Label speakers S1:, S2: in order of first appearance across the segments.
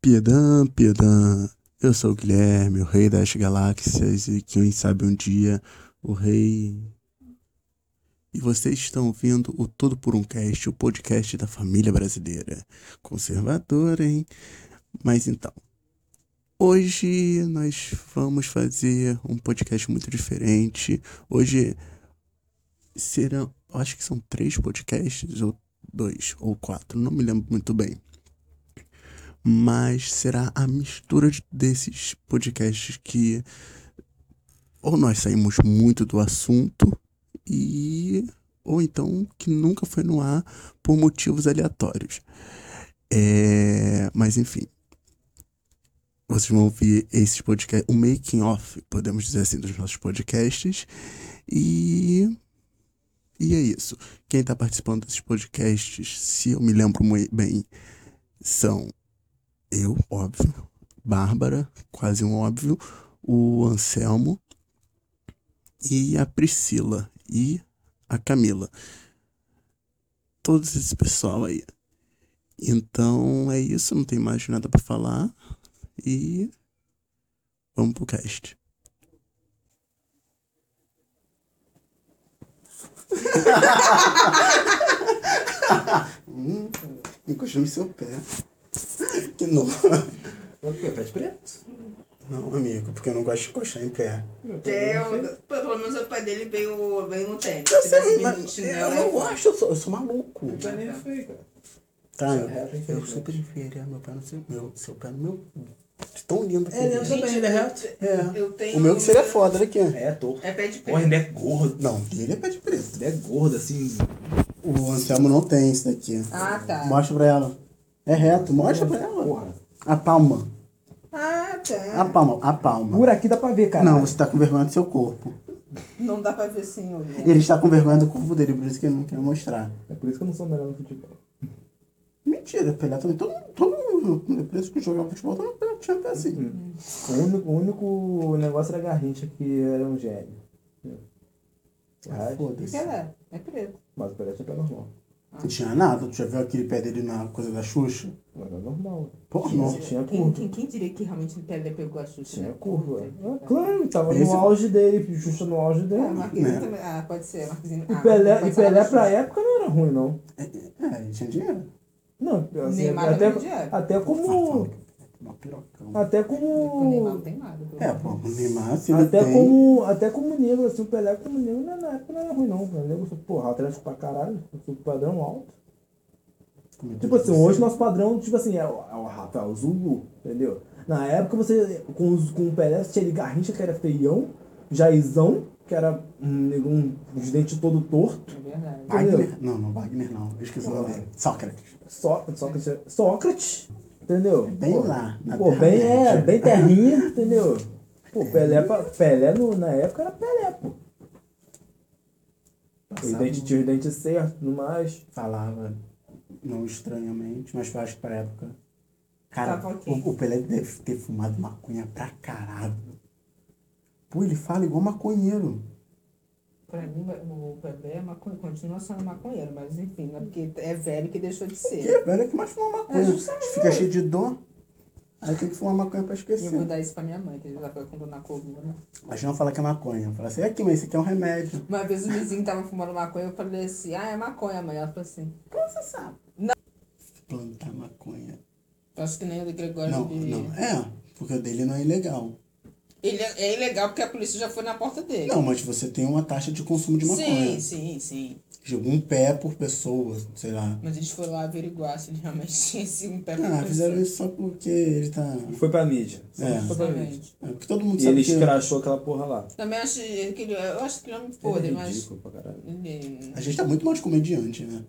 S1: Piedan, Piedan, eu sou o Guilherme, o rei das galáxias e quem sabe um dia o rei. E vocês estão ouvindo o Tudo por um Cast, o podcast da família brasileira. Conservador, hein? Mas então, hoje nós vamos fazer um podcast muito diferente. Hoje serão, acho que são três podcasts, ou dois, ou quatro, não me lembro muito bem mas será a mistura de- desses podcasts que ou nós saímos muito do assunto e ou então que nunca foi no ar por motivos aleatórios. É, mas enfim, vocês vão ouvir esses podcasts, o making off, podemos dizer assim, dos nossos podcasts e e é isso. Quem está participando desses podcasts, se eu me lembro mui- bem, são eu, óbvio. Bárbara, quase um óbvio. O Anselmo. E a Priscila. E a Camila. Todos esse pessoal aí. Então é isso, não tem mais nada pra falar. E vamos pro cast. hum, encostou no seu pé. Que novo.
S2: Porque pé de preto.
S1: Não, amigo, porque eu não gosto de encostar em pé.
S3: É, eu- pelo menos o pai dele veio, veio no tênis.
S1: Eu,
S3: Se tivesse
S1: sei,
S3: vindo no
S1: mas
S3: chinelo,
S1: eu não gosto, eu sou, eu sou maluco.
S2: O pé nem é feio, cara.
S1: Tá,
S2: Seu
S1: eu,
S2: reto é
S1: eu
S2: inteligente.
S1: super enfiaria meu pé no seu, meu, seu pé no meu. cu. De Tão lindo que ele é.
S3: também, ele é reto.
S1: É.
S3: Eu tenho- um
S1: O meu que seria foda, olha aqui.
S2: É torto.
S3: É pé de pé.
S2: Porra, ele é gordo.
S1: Não, ele é pé de preto.
S2: Ele é gordo, assim.
S1: O Anselmo não tem isso daqui.
S3: Ah, tá.
S1: Mostra pra ela. É reto, mostra pra ela.
S2: Porra.
S1: A palma.
S3: Ah,
S1: A
S3: tá.
S1: palma, a palma.
S2: Por aqui dá pra ver, cara.
S1: Não, você tá com vergonha do seu corpo.
S3: Não dá pra ver sim, ô, Guilherme.
S1: Ele está com vergonha do corpo dele, por isso que ele não quer mostrar.
S2: É por isso que eu não sou o melhor no futebol.
S1: Mentira, Pelé também. Todo mundo, todo mundo preso que jogava futebol, todo mundo tinha pé assim.
S2: Uhum. O único, o único negócio era Garrincha, que era um gênio. O
S1: Ah,
S2: resto,
S1: Foda-se.
S3: Pelé, é preto.
S2: mas o Pelé tinha pé normal.
S1: Não tinha nada. Tu já viu aquele pé dele na coisa da Xuxa?
S2: Mas era normal.
S1: Porra,
S2: Tinha-
S1: não.
S2: Tinha
S3: Quem,
S2: curva.
S3: quem, quem diria que realmente o Pelé pegou a Xuxa?
S2: Tinha
S3: né?
S2: curva.
S3: Puta
S2: Ah,
S3: que pariu.
S2: Claro, tava
S1: Esse-
S2: no auge dele, justo no auge dele.
S3: Ah, Marquezine
S1: Né?
S3: também. Ah, pode ser, Marquezine.
S2: O
S3: Ah,
S2: Pelé,
S3: pode
S2: e
S3: ser
S2: Pelé
S3: Xuxa.
S2: pra é época não era ruim, não.
S1: É, ele tinha dinheiro.
S2: Não, assim,
S3: Neymar
S2: até,
S3: também não tinha.
S2: até como.
S1: Uma pirocão.
S2: Até
S3: O Neymar não
S2: como.
S3: tem nada. pelo
S1: É,
S3: menos.
S1: pô, o Neymar, se ele
S2: Até
S1: Ah, tem...
S2: como, até como negro, assim, o Pelé como negro na- na época não era ruim não. O negro, porra, atlético pra caralho, tipo, padrão alto.
S1: Como
S2: Tipo
S1: diz
S2: assim,
S1: você.
S2: hoje nosso padrão, tipo assim, é o, é o Rafael Zulu, entendeu? Na época você, com, os- com o Pelé, você tinha ele Garrincha, que era feião, Jaizão, que era um, negro, um, os dentes todo torto,
S3: É verdade.
S1: Wagner? Não, não, Wagner não. Eu esqueci o nome dele. Sócrates.
S2: Só- Sócrates, Sócrates, entendeu?
S1: É Bem lá, na
S2: Pô,
S1: Terra
S2: bem, é,
S1: Média.
S2: bem terrinha, entendeu? Pô, Pelé, pa- Pelé no- na época era Pelé, pô. Os
S1: Passava, um
S2: dentes tinha os dentes certos, tudo mais.
S1: falava, não estranhamente, mas eu acho que pra época... Cara,
S3: Tava ok.
S1: o, o Pelé deve ter fumado maconha pra caralho. Pô, ele fala igual maconheiro.
S3: Pra mim, o Pelé é maconha, continua sendo maconheiro, mas enfim, né? porque é velho que deixou de ser.
S1: Que velho é que mais fuma maconha? Fica cheio de dor. Aí tem que fumar maconha pra
S3: E eu vou
S1: esquecer.
S3: dar isso pra minha mãe, que ele já fica com né? dor na coluna.
S1: Mas não fala que é maconha. Fala assim, aqui, mas isso aqui é um remédio.
S3: Uma vez o vizinho tava fumando maconha, eu falei assim, ah, é maconha, mãe. Ela falou assim,
S1: Como você sabe? Plantar maconha.
S3: eu acho que nem o do Gregório
S1: Não,
S3: ele-
S1: não. É, porque o dele não é ilegal.
S3: Ele é, é ilegal porque a polícia já foi na porta dele.
S1: Não, mas você tem uma taxa de consumo de maconha.
S3: sim, sim, sim.
S1: De um pé por pessoa, sei lá.
S3: Mas eles foram lá averiguar se ele realmente tinha esse um pé
S1: Ah,
S3: pra
S1: fizeram
S3: pessoa.
S1: isso só porque ele tá.
S2: E foi pra mídia.
S1: É.
S2: Foi pra mídia.
S3: Exatamente.
S1: É, porque todo mundo
S2: E
S1: sabe
S2: ele
S1: que
S2: escrachou aquela porra lá.
S3: Também acho que ele, eu acho que ele é um
S2: Ele
S3: podre,
S2: é
S3: mas...
S2: ridículo pra caralho.
S3: Ele...
S1: a gente tá muito mal de comediante, né?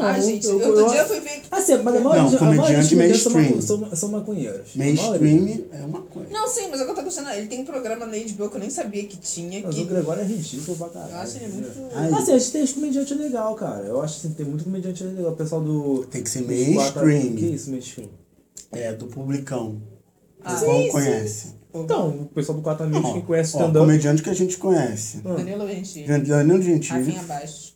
S3: Ah,
S2: eu-
S3: gente,
S2: eu-
S3: outro
S2: eu-
S3: dia eu fui ver que...
S2: Assim, mas a maioria,
S1: Não,
S2: a maioria dos
S1: comediante
S2: comediantes são,
S1: mainstream.
S2: maco- são, são maconheiros. A maioria.
S1: Mainstream é uma coisa.
S3: Não, sim, mas eu tô gostando. Ele tem um programa na HBO que eu nem sabia que tinha.
S2: Mas
S3: que...
S2: o Gregório é ridículo pra caralho.
S3: Eu acho ele
S2: entendeu?
S3: muito...
S1: Aí,
S2: Assim, a gente tem os comediantes legal, cara. Eu acho que assim, tem muito comediante legal. O pessoal do.
S1: Tem que ser
S2: dos quatro-
S1: mainstream.
S2: Que isso, mainstream?
S1: é do publicão.
S3: Ah,
S1: o povo
S3: sim,
S1: conhece.
S2: Então, o pessoal do 4 amigos que
S1: Ó,
S2: conhece
S1: ó,
S2: stand-up.
S1: comediante que a gente conhece.
S3: Danilo Gentili.
S1: Leonel Gentili,
S3: Rafinha Abaixo.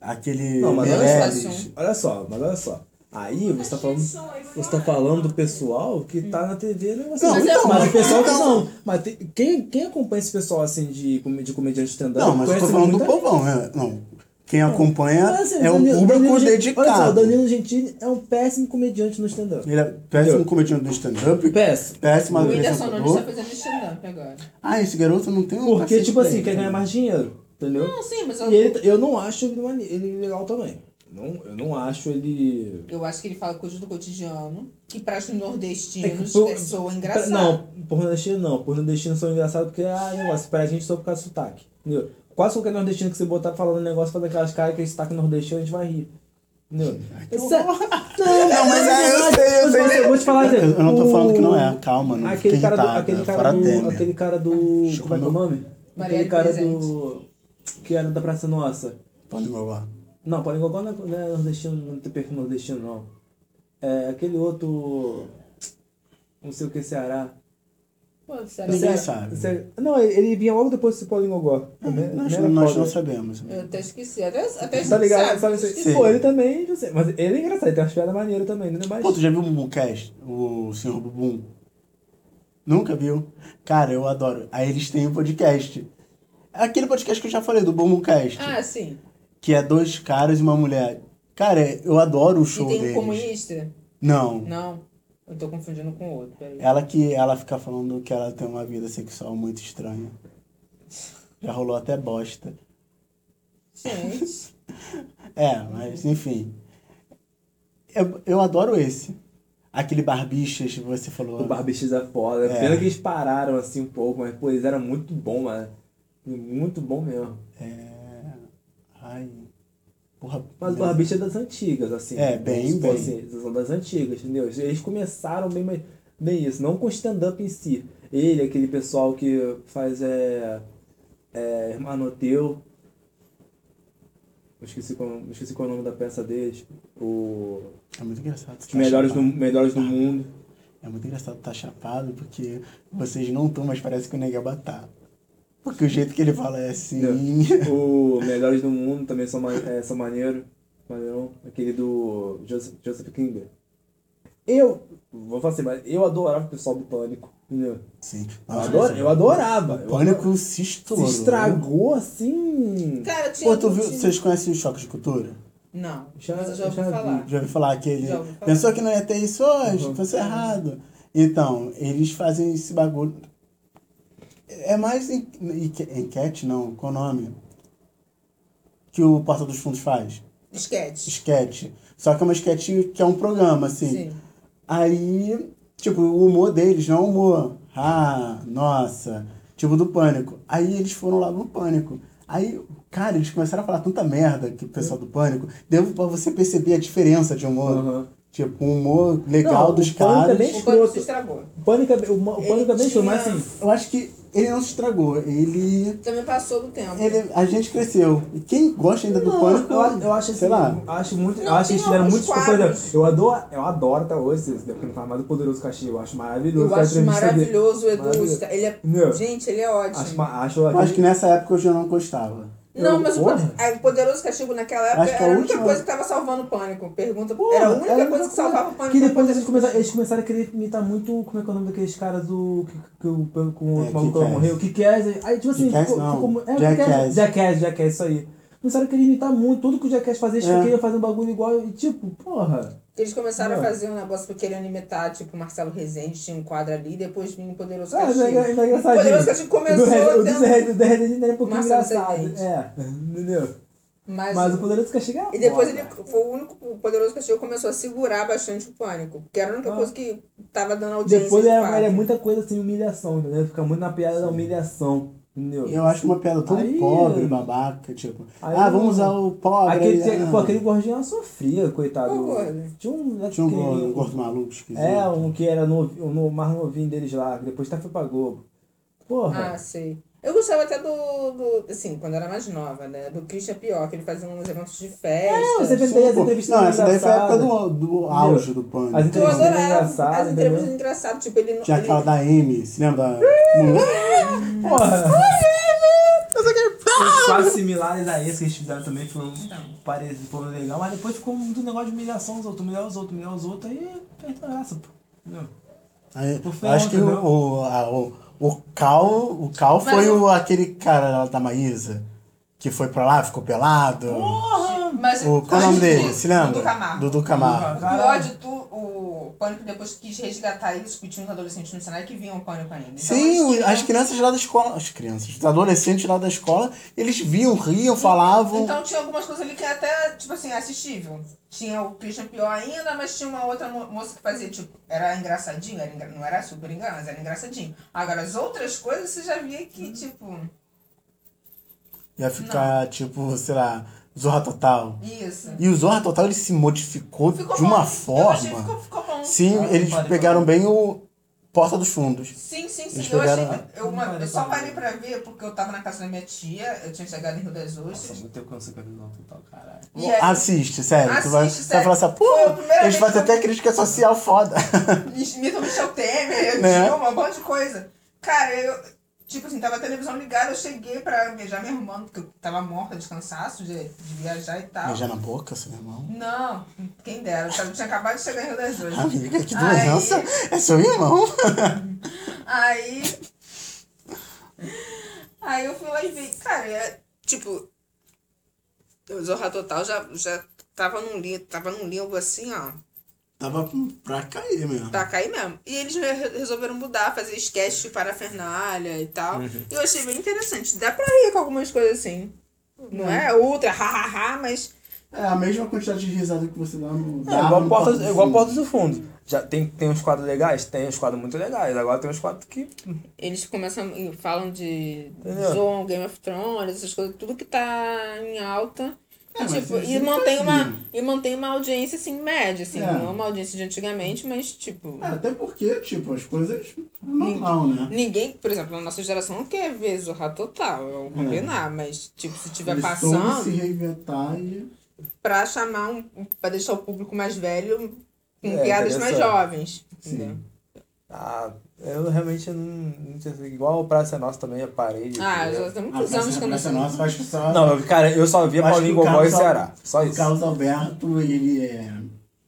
S1: aquele
S2: Não, mas
S1: é
S3: olha só,
S1: Meirelles.
S3: assim.
S2: Olha né? só, mas olha só. Aí você tá falando. Você tá falando do pessoal que tá na TV, né? Você-
S1: Não,
S2: mas,
S1: então, mas-
S2: o pessoal que
S1: então-
S2: não. Mas tem- quem, quem acompanha esse pessoal assim de, com- de comediante stand-up?
S1: Não, mas eu tô
S2: conhece
S1: falando do
S2: muita-
S1: povão. é, não. Quem acompanha
S2: Mas, assim,
S1: é o
S2: Danilo-
S1: público
S2: Danilo Gen- Olha só, o
S1: dedicado.
S2: Danilo Gentili é um péssimo comediante no stand-up.
S1: Ele é péssimo comediante do stand-up,
S2: Péssimo.
S1: péssimo
S3: O Whindersson Nunes tá
S1: apresentador.
S3: fazendo stand-up agora.
S1: Ah, esse garoto não tem um
S2: Porque,
S1: cacete
S2: tipo assim,
S1: dele,
S2: quer
S1: né?
S2: ganhar mais dinheiro, entendeu?
S3: Não, sim, mas eu,
S2: E ele, eu não acho ele, mane- ele legal também. Não, eu não acho ele.
S3: eu acho que ele fala coisas do cotidiano que para os nordestinos
S2: É que, pô,
S3: soa engraçado. É.
S2: Não, por nordestino não. Por nordestino são engraçados porque, ah, negócio, pra gente só por causa do sotaque. Entendeu? Quase qualquer nordestino que você botar falando negócio, fazendo aquelas caras que é sotaque nordestino, a gente vai rir. Entendeu? Sé- Não,
S1: Não, mas é, eu
S2: verdade.
S1: sei, eu
S2: Mas
S1: sei.
S2: eu vou te falar assim,
S1: Eu não tô
S2: o-
S1: falando que não é, calma, não
S2: Aquele
S1: fica
S2: cara do.
S1: irritado,
S2: Aquele
S1: é
S2: cara
S1: fora
S2: do.
S1: Temer.
S2: Aquele cara do. Como é que é o nome?
S3: Marielle
S2: Aquele cara
S3: Presente.
S2: do. Que era da Praça Nossa.
S1: Pode engolar.
S2: Não, Paringogó não é, não é nordestino, não tem perfil nordestino, não. É aquele outro. Não sei o que, Ceará.
S3: Pô, será
S1: Ninguém
S3: que-
S1: sabe. Né?
S2: Ceará- Não, ele- ele vinha logo depois do Paringogó. Também-
S1: É, Nós,
S2: também era
S1: nós
S2: foda.
S1: não sabemos.
S3: Eu até esqueci. Até, até
S2: Tá ligado?
S3: sabe,
S2: Sabe,
S3: esqueci.
S1: Sim.
S2: Pô, ele também, não sei. Mas ele é engraçado, ele tem umas piadas maneiras também, né? Mas...
S1: Pô, tu já viu o Bumbumcast? O Senhor Bumbum? Nunca viu? Cara, eu adoro. Aí eles têm um podcast. Aquele podcast que eu já falei, do Bumbumcast.
S3: Ah, sim.
S1: Que é dois caras e uma mulher. Cara, eu adoro o
S3: E
S1: show
S3: tem um
S1: deles.
S3: comunista?
S1: Não.
S3: Não. Eu tô confundindo com outro. Peraí.
S1: Ela que ela fica falando que ela tem uma vida sexual muito estranha. Já rolou até bosta.
S3: Gente.
S1: É, mas enfim. Eu, eu adoro esse. Aquele Barbichas que você falou.
S2: O Barbie X é foda.
S1: É.
S2: Pena que eles pararam assim um pouco, mas pô, eles eram muito bom, mano. Muito bom mesmo.
S1: É. Ai. Porra.
S2: Mas o Barbie X é das antigas, assim.
S1: É, bem,
S2: Vamos supor
S1: bem.
S2: assim, eles são das antigas, entendeu? Eles começaram bem, mais- bem isso, não com stand-up em si. Ele, aquele pessoal que faz é. É. Hermanoteu. Eu Esqueci qual, eu esqueci qual é o nome da peça deles. O.
S1: É muito engraçado.
S2: Os
S1: tá
S2: melhores do,
S1: chapado.
S2: melhores do mundo.
S1: É muito engraçado estar chapado porque vocês não estão, mas parece que o nega tá. Porque o jeito que ele fala é assim.
S2: O Melhores do Mundo também são, ma- é, são maneiro. Maneirão. Aquele do Joseph, Joseph Klimber. Eu, vou falar assim, mas eu adorava o pessoal do Pânico. entendeu?
S1: Sim.
S2: Eu,
S1: Nossa,
S2: ador- eu adorava.
S1: O
S2: Eu
S1: pânico se
S2: adorava.
S1: estourou.
S2: Se estragou assim.
S3: Cara, tinha.
S1: Pô, tu viu,
S3: tinha-
S1: vocês conhecem o Choque de Cultura?
S3: Não.
S2: Já-
S3: mas eu já ouvi
S2: já vi.
S3: falar.
S1: Já ouvi falar que ele
S3: Já ouvi falar.
S1: pensou que não ia ter isso hoje,
S2: Uhum.
S1: pensou errado. Então, eles fazem esse bagulho. É mais en- enque- enquete, não, qual o nome? Que o Porta dos Fundos faz?
S3: Esquete.
S1: Esquete. Só que é uma esquete que é um programa, assim. Aí, tipo, o humor deles não é um humor. Ah, nossa. Tipo, do pânico. Aí eles foram lá no pânico. Aí, cara, eles começaram a falar tanta merda que o pessoal do pânico. Deu pra você perceber a diferença de humor.
S3: Uhum.
S2: Aham.
S1: Tipo, o humor legal
S2: Não, o
S1: dos
S2: Pânico é
S1: caras.
S2: bem
S3: O pânico
S2: Escroto.
S3: se estragou.
S2: O Pânico é bem- o, ma- o Pânico é bem show, mas assim.
S1: Eu acho que ele não se estragou. Ele.
S3: Também passou do tempo.
S2: é
S1: ele a gente cresceu. E quem gosta ainda do
S2: Não,
S1: pânico.
S2: eu, eu acho assim,
S1: Sei lá.
S2: acho muito, eu
S3: Não,
S2: acho que
S3: tem
S2: eles fizeram muito
S3: alguns
S2: por exemplo,
S3: quadros.
S2: eu adoro, eu adoro até hoje, vocês devem perguntar mais do Poderoso Caxi, eu acho maravilhoso
S3: Eu
S2: aquela
S3: acho
S2: entrevista dele.
S3: maravilhoso o Edu.
S2: Maravilhoso.
S3: Ele é...
S2: Meu.
S3: Gente, ele é ótimo.
S2: Acho, ma- acho,
S1: Eu acho que nessa época eu já não gostava.
S3: Não,
S2: Eu-
S3: mas o
S2: porra.
S3: Poder- ah, o Poderoso Castigo naquela
S1: Acho
S3: época
S2: é
S1: que a
S3: era a única
S1: última-
S3: coisa que tava salvando o pânico. Pergunta.
S2: Porra,
S3: era a única
S2: era
S3: coisa que salvava o pânico.
S2: Que depois eles começaram, eles começaram a querer imitar muito, como é que é o nome daqueles caras do. que, que, o- com- com o
S1: É,
S2: maluco lá
S1: Kick-Ass.
S2: morreu, que Kick-Ass, aí tipo assim,
S1: Kick-Ass
S2: ficou-
S1: não,
S2: ficou mu- é,
S1: Jackass.
S2: Kick-Ass, Jackass, Jackass, isso aí. Começaram a querer imitar muito, tudo que o Jackass fazia, eles
S1: É.
S2: queriam fazer um bagulho igual, e tipo, porra.
S3: Eles começaram
S2: Não.
S3: a fazer um negócio que querendo imitar, tipo, Marcelo Rezende tinha um quadro ali, depois vinha o Poderoso
S2: Ah,
S3: Castigo.
S2: é, é, é
S3: o Poderoso
S2: engraçadinho.
S3: Castigo começou
S2: do Red- o
S3: tendo-
S2: do Red- do Red era um pouquinho
S3: Marcelo
S2: engraçado.
S3: Tenente.
S2: É, entendeu?
S3: Mas,
S2: Mas o Poderoso Castigo é
S3: E depois
S2: foda.
S3: ele foi o único, o Poderoso Castigo começou a segurar bastante o pânico, que era a única
S2: Ah.
S3: coisa que tava dando audiência.
S2: Depois
S3: de
S2: era,
S3: fato.
S2: era muita coisa assim, humilhação, entendeu? Fica muito na piada da humilhação, entendeu?
S1: Eu acho uma piada tão
S2: Aí-
S1: pobre, babaca, tipo.
S2: Aí
S1: ah,
S2: eu-
S1: vamos usar o pobre.
S2: Aquele,
S1: aí, ah.
S2: pô, aquele gordinho ela sofria, coitado.
S3: Qual gordo?
S2: Tinha um, né,
S1: Tinha um
S2: que-
S1: gordo, um gordo maluco esquisito.
S2: É, um que era no, no mais novinho deles lá, que depois até foi pra Globo. Porra.
S3: Ah, sei. Eu gostava até do, do- Assim, quando era mais nova, né? Do Christian Pior, que ele fazia uns eventos de festa.
S2: É, não, você fez
S1: Sim,
S2: essa
S1: pô.
S2: entrevista
S1: Não, essa daí foi a época
S2: engraçada.
S1: do, do auge do
S2: As
S1: pânico.
S3: Eu
S2: entrevistas
S3: adorava
S2: engraçadas,
S3: as entrevistas
S2: entendeu?
S3: engraçadas. Tipo, ele não.
S1: né? Tinha aquela
S3: ele-
S1: da Amy, se lembra? Da...
S2: Porra. Algo similares a esse que eles fizeram também, foi um
S4: Então.
S2: parecido, foi legal, mas depois ficou muito negócio de humilhação aos outros, humilhar os outros, humilhar os outros, aí perdeu a graça, pô. Entendeu?
S1: Aí,
S2: O Fel,
S1: acho que
S2: entendeu?
S1: o, o, a- o, o Cal, o Cal
S3: Mas
S1: foi
S3: o-
S1: o, aquele cara lá da Maísa, que foi pra lá, ficou pelado.
S2: Porra!
S3: Mas
S1: o, qual é o nome dele? Se lembra?
S3: Do Camargo.
S1: Dudu Camargo.
S3: O pior de tu, o Pânico depois quis resgatar isso, que tinha uns adolescentes no cenário que vinham o Pânico ainda. Então,
S1: Sim,
S3: eles
S1: o-
S3: queriam-
S1: as crianças lá da escola, as crianças, os adolescentes lá da escola, eles viam, riam, falavam.
S3: Então tinha algumas coisas ali que era até, tipo assim, assistível. Tinha o Christian Pior ainda, mas tinha uma outra mo- moça que fazia, tipo, era engraçadinho, era engra- não era super engraçado, mas era engraçadinho. Agora, as outras coisas você já via que, tipo,
S1: Ia ficar, tipo, sei lá, Zorra Total.
S3: isso.
S1: E o Zorra Total, ele se modificou
S3: Ficou
S1: de uma
S3: bom. Eu achei que
S1: forma.
S3: ficou, ficou bom.
S1: Sim,
S2: Ah,
S1: eles
S2: pode,
S1: pegaram bem o Porta dos Fundos.
S3: Sim, sim, sim.
S1: Eles
S3: Eu, achei,
S1: pegaram-
S3: eu, uma- eu só
S2: Não, não, não.
S3: parei pra ver porque eu tava na casa da minha tia, eu tinha chegado em Rio das
S2: Nossa,
S3: Ostras.
S2: muito tempo que eu não sei que eu não total, caralho.
S3: E aí-
S1: Assiste, sério. tu vai,
S3: Assiste,
S1: tu vai falar assim, pô,
S3: Foi a primeira
S1: eles
S3: vez
S1: fazem
S3: que eu-
S1: até crítica social foda.
S3: imitam Michel um Temer,
S1: Né?
S3: né? um monte de coisa. Cara, eu, tipo assim, tava a televisão ligada, eu cheguei pra beijar minha irmã, porque eu tava morta de cansaço de, de viajar e tal.
S1: Beijar na boca, seu irmão.
S3: Não, quem dera, eu tava- tinha acabado de chegar em Rio das Ostras.
S1: Amiga, que
S3: Ai.
S1: doença. É seu irmão.
S3: Aí. Aí eu fui lá e vi. Cara, é, tipo. O Zorra Total já, já tava num livro, tava num limbo assim, ó.
S1: Tava pra cair mesmo.
S3: Tá cair mesmo. E eles re- resolveram mudar, fazer sketch de parafernália e tal. E eu achei bem interessante. Dá pra rir com algumas coisas assim. Não é ultra, hahaha, mas.
S1: É a mesma quantidade de risada que você dá no. assim.
S2: É, igual portas, igual portas do fundo. Já tem, tem uns quadros legais? Tem uns quadros muito legais. Agora tem uns quadros que.
S3: Eles começam e falam de
S2: Entendeu?
S3: Zon, Game of Thrones, essas coisas, tudo que tá em alta.
S1: É,
S3: E,
S1: mas
S3: tipo,
S1: eles
S3: e
S1: sempre
S3: mantém, uma,
S1: faziam.
S3: e mantém uma audiência assim, média, assim,
S1: É.
S3: não uma audiência de antigamente, mas tipo.
S1: até porque, tipo, as coisas normal, né?
S3: Ninguém, por exemplo, na nossa geração não quer ver Zorra Total, vamos combinar, mas tipo, se tiver passando.
S1: reinventar e.
S3: pra chamar um, pra deixar o público mais velho com
S2: É,
S3: piadas mais
S2: interessante.
S3: jovens. entendeu?
S2: Ah, eu realmente não, não sei. se- Igual o Praça é Nossa também, a parede.
S3: Ah,
S2: entendeu?
S3: já tem muitos anos que eu não sei.
S1: nossa, acho que só.
S2: Não, eu- cara, eu só via
S1: Acho que
S2: Paulinho
S1: o
S2: Gogó e
S1: Carlos
S2: Ceará.
S1: Al-
S2: Só
S1: O
S2: isso.
S1: Carlos Alberto, ele é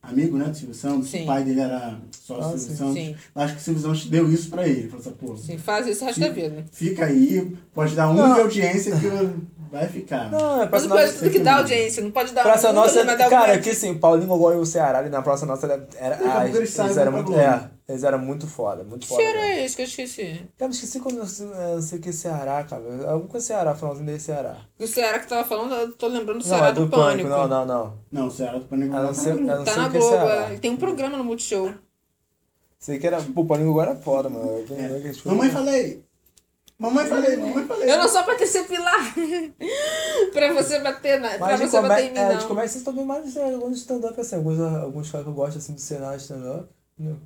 S1: amigo, né, do Silvio Santos.
S3: Sim.
S1: O pai dele era sócio do
S2: Ah,
S1: Silvio
S2: sim.
S1: Santos.
S3: Sim.
S1: Acho que o Silvio Santos deu isso pra ele. Falou assim, pô,
S3: Sim, faz isso o resto da vida.
S1: fica aí, pode dar um
S2: Não.
S1: de audiência que eu- vai ficar.
S2: Não, é
S3: Mas
S2: Praça
S3: não pode
S2: Nossa.
S3: tudo que dá audiência, não pode dar
S2: Praça
S3: um
S2: Nossa,
S3: mas dá
S2: cara,
S3: alguma-
S2: que assim, Paulinho Gogó e o Ceará ali na Praça Nossa era, era- ah,
S1: Daqui a pouco eles saem
S2: eles eram
S1: pra
S2: muito.
S1: Globo.
S2: É, eles eram muito foda, muito
S3: Que
S2: foda.
S3: cheiro
S2: mesmo.
S3: é esse que eu esqueci?
S2: Cara, eu esqueci como eu é, não sei o que é Ceará, cara. Alguma coisa Ceará, finalzinho dele é Ceará.
S3: O Ceará que tava falando, eu tô lembrando
S2: Não,
S3: do Ceará
S2: é
S3: do, Pânico.
S2: Não, não, não.
S1: Não, o Ceará tá do Pânico
S2: A não ser, a não
S3: Tá
S2: ser
S3: na
S2: o que é
S3: Globo,
S2: Ceará.
S3: é. tem um programa no Multishow.
S2: Sei que era. Pô, o Paulinho agora é foda, mano. Eu tenho- eu tenho-
S1: Mamãe, falei. Mamãe, falei. Mamãe, falei.
S3: Eu não sou pra terceiro pilar. pra você bater na. pra
S2: Mas de,
S3: você
S2: come...
S3: bater em mim,
S2: é, de
S3: não.
S2: comédia vocês também mais é, alguns stand-up, assim, alguns, alguns caras que eu gosto assim do cenário de stand-up. Não.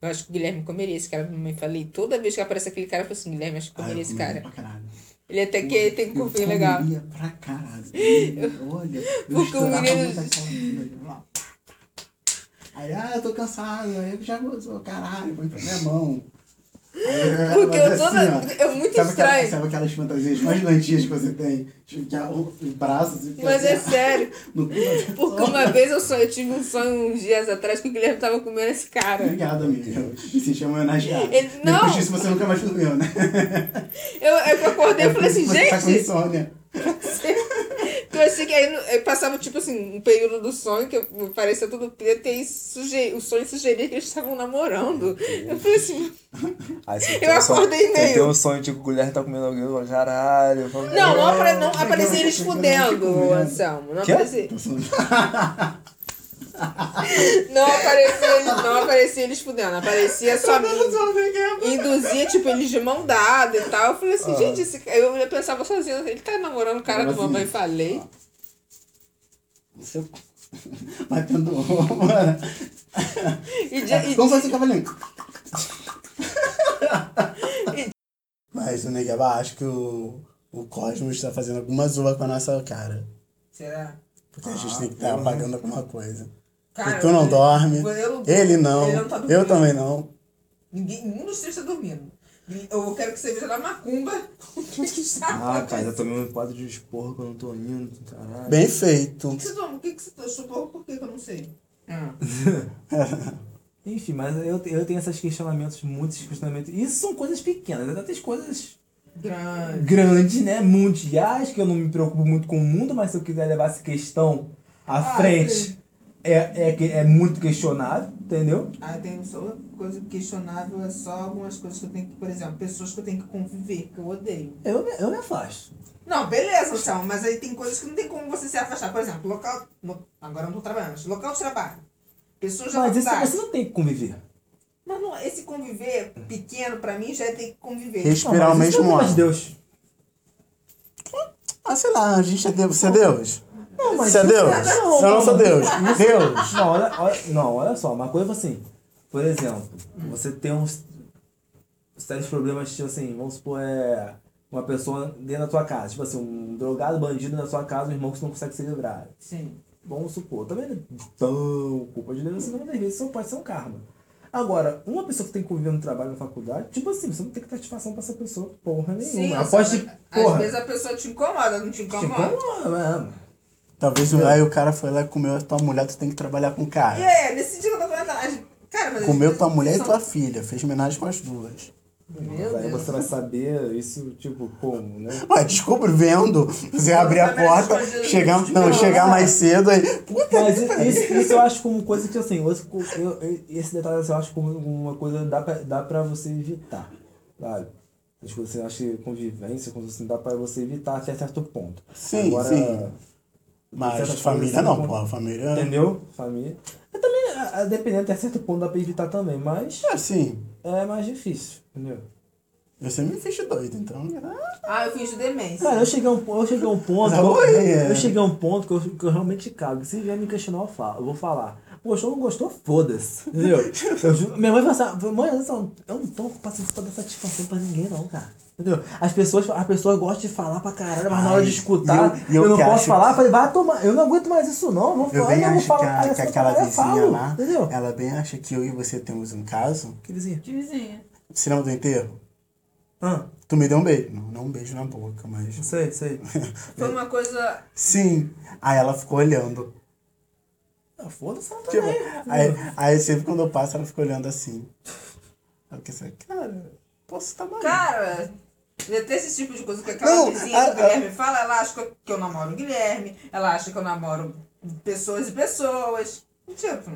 S3: Eu acho que o Guilherme comeria esse cara, mamãe falei. Toda vez que aparece aquele cara, eu falo assim, Guilherme, acho que
S1: Ah, eu
S3: comeria esse
S1: comeria
S3: cara.
S1: pra caralho.
S3: Ele até que tem
S1: Eu
S3: um corpinho legal.
S1: comeria pra caralho. Eu- Olha, eu
S3: Porque o
S1: estourava
S3: menino-
S1: muito aquela vida, lá. Aí, ah, eu tô cansado. Aí eu já gozou, caralho, põe pra minha mão. Aí,
S3: Porque
S1: mas assim,
S3: eu tô na- é muito
S1: sabe aquela-
S3: estranho.
S1: sabe aquelas fantasias mais doentias que você tem? Tipo, que a- o- os braços... e
S3: Mas é
S1: assim,
S3: sério,
S1: no cu da pessoa.
S3: porque uma vez eu, sonhei, eu tive um sonho uns dias atrás que o Guilherme tava comendo esse cara.
S1: Obrigado, amiga. Me senti homenageado.
S3: Ele- não.
S1: Depois disso, você nunca mais dormiu, né?
S3: Eu, eu acordei e falei assim,
S1: Você Tá com
S3: gente,
S1: insônia.
S3: que eu achei que aí no- eu passava tipo assim, um período do sonho que eu- parecia tudo preto e aí suje- o sonho sugeria que eles estavam namorando. Eu falei assim,
S2: Aí, você
S3: Eu
S2: tem um sonho-
S3: acordei
S2: você
S3: meio-
S2: Tem um sonho de que o Guilherme tá comendo alguém, eu falo, caralho. eu falo,
S3: não, não, apare, não
S1: legal,
S3: aparecia eles
S1: legal, legal,
S3: fudendo,
S1: legal.
S3: Anselmo. Não
S2: Quê?
S3: aparecia,
S1: Tô sonhando.
S3: não aparecia eles, não aparecia eles fudendo, aparecia só
S1: Obrigado.
S3: induzia, tipo, eles de mão dada e tal. Eu falei assim, gente, esse... ca- eu pensava sozinho, ele tá namorando o cara do
S1: Ah. Assim.
S3: mamãe falei.
S1: Seu... Batendo ovo, mano.
S3: E, de- É, e-
S1: Como faz o cavalinho? Mas o Negaba, acho que o, o Cosmos está fazendo alguma zoa com a nossa cara.
S3: Será?
S1: Porque a gente tem que estar apagando alguma coisa.
S3: Ah, né? Cara,
S1: e tu não
S3: eu-
S1: dorme.
S3: eu-
S1: ele não.
S3: ele não tá
S1: eu
S3: dormindo.
S1: também não.
S3: Ninguém, nenhum dos três tá dormindo. Eu quero que você veja na macumba o que que está
S2: Ah, cara,
S3: acontecendo.
S2: já tomei um quadro de esporro quando eu não tô indo, caralho.
S1: Bem
S3: O
S1: feito.
S3: que que você tomou? O que que você tomou? Chupou? Por que que eu não sei? Ah.
S2: Enfim, mas eu, eu tenho esses questionamentos, muitos questionamentos. E isso são coisas pequenas, até as coisas
S3: Grande.
S2: grandes, né? Mundiais, que eu não me preocupo muito com o mundo, mas se eu quiser levar essa questão à
S3: Ah,
S2: frente,
S3: sim.
S2: é, é, que- é muito questionável, entendeu?
S5: Ah, tem só coisa questionável, é só algumas coisas que eu tenho que, por exemplo, pessoas que eu tenho que conviver, que eu odeio.
S2: Eu, me- eu me afasto.
S3: Não, beleza, Luciano, mas aí tem coisas que não tem como você se afastar. Por exemplo, local. no- agora eu não tô trabalhando, mas local de trabalho. Pessoas da
S2: Mas isso é assim.
S3: faculdade.
S2: você não tem que conviver.
S3: Mas não, esse conviver pequeno, pra mim, já é ter que conviver.
S2: Não,
S1: Respirar o
S2: mas isso é
S1: mesmo
S2: culpa de
S1: ar.
S2: Deus.
S1: Ah, sei lá, a gente é Deus. Você é Deus?
S2: Não,
S1: Você é Deus? Eu não sou Deus.
S2: é
S1: Deus.
S2: Não, olha, olha- não, olha só, uma coisa assim, por exemplo, você tem uns sérios problemas, tipo assim, vamos supor, é uma pessoa dentro da tua casa, tipo assim, um drogado, bandido na sua casa, um irmão que você não consegue se livrar.
S5: Sim.
S2: Vamos supor, também não é tão culpa de Deus, assim, mas às vezes isso pode ser um karma. Agora, uma pessoa que tem que conviver no trabalho, na faculdade, tipo assim, você não tem que ter satisfação pra essa pessoa, porra
S3: Sim,
S2: nenhuma.
S3: eu
S2: Após
S3: sei,
S2: de,
S3: mas às
S2: porra,
S3: vezes a pessoa te incomoda, não te
S2: tipo,
S3: incomoda?
S2: ah,
S1: Talvez lá e o cara foi lá e comeu a tua mulher, tu tem que trabalhar com o
S3: E
S1: cara.
S3: é, nesse dia que eu tô comentando. Cara, mas.
S1: Comeu tua mulher e
S3: são-
S1: tua filha, fez homenagem com as duas.
S5: Meu
S2: Aí
S5: Deus.
S2: você vai saber isso, tipo, como, né?
S1: Ué, descubro vendo, você abrir
S2: tá
S1: a porta, chegar, não, chegar
S2: né?
S1: mais cedo aí. Puta
S2: Mas
S1: que
S2: i-
S1: pariu.
S2: isso, isso eu acho como coisa que assim, eu- eu- eu- esse detalhe assim, eu acho como uma coisa dá pra, dá pra você evitar. Sabe? As coisas assim, eu acho que convivência, coisas assim, dá pra você evitar até certo ponto.
S1: Sim,
S2: Agora,
S1: sim. Mas
S2: Certas
S1: é família
S2: coisas
S1: não,
S2: assim,
S1: porra, família. é
S2: Entendeu? Família. Eu também, a- a- dependendo até certo ponto, dá pra evitar também, mas
S1: Assim,
S2: é mais difícil, entendeu?
S1: você me fez doido, então.
S3: Ah, eu fingi demência.
S2: Cara, eu cheguei a um, po- eu cheguei a um ponto.
S1: Ah,
S2: eu,
S1: oi, é.
S2: eu cheguei a um ponto que eu, que eu realmente cago. Se vier me questionar, eu, falo, eu vou falar. Gostou ou não gostou? Foda-se. Entendeu? Eu ju- minha mãe fala assim, "Ah, mãe, olha só, eu não tô com paciência pra dar satisfação pra ninguém, não, cara. Entendeu? As pessoas, as pessoas gostam de falar pra caralho, mas na hora de
S1: Ai,
S2: escutar,
S1: e eu- e eu
S2: eu, não
S1: que
S2: posso
S1: acho
S2: falar, eu falei, vai tomar, eu não aguento mais isso não, vou
S1: Eu
S2: falar,
S1: bem
S2: eu vou
S1: acho que,
S2: falar
S1: a- que
S2: essa
S1: aquela
S2: parada, eu
S1: vizinha
S2: falo",
S1: lá,
S2: Entendeu?
S1: ela bem acha que eu e você temos um caso.
S2: Que vizinha?
S3: De vizinha.
S1: Cinema do enterro.
S2: Ah,
S1: Tu me deu um beijo. Não, não um beijo na boca, mas.
S2: sei, sei.
S3: Foi uma coisa.
S1: Sim. Aí ela ficou olhando.
S2: Ah, Foda-se ela
S1: Tipo,
S2: também.
S1: aí, aí sempre quando eu passo, ela fica olhando assim. Ela fica assim, cara, posso estar maluco.
S3: Cara, até esse tipo de coisa que aquela
S1: Não,
S3: vizinha
S1: a-
S3: do Guilherme fala, ela acha que eu- que eu namoro o Guilherme, ela acha que eu namoro pessoas e pessoas. Tipo,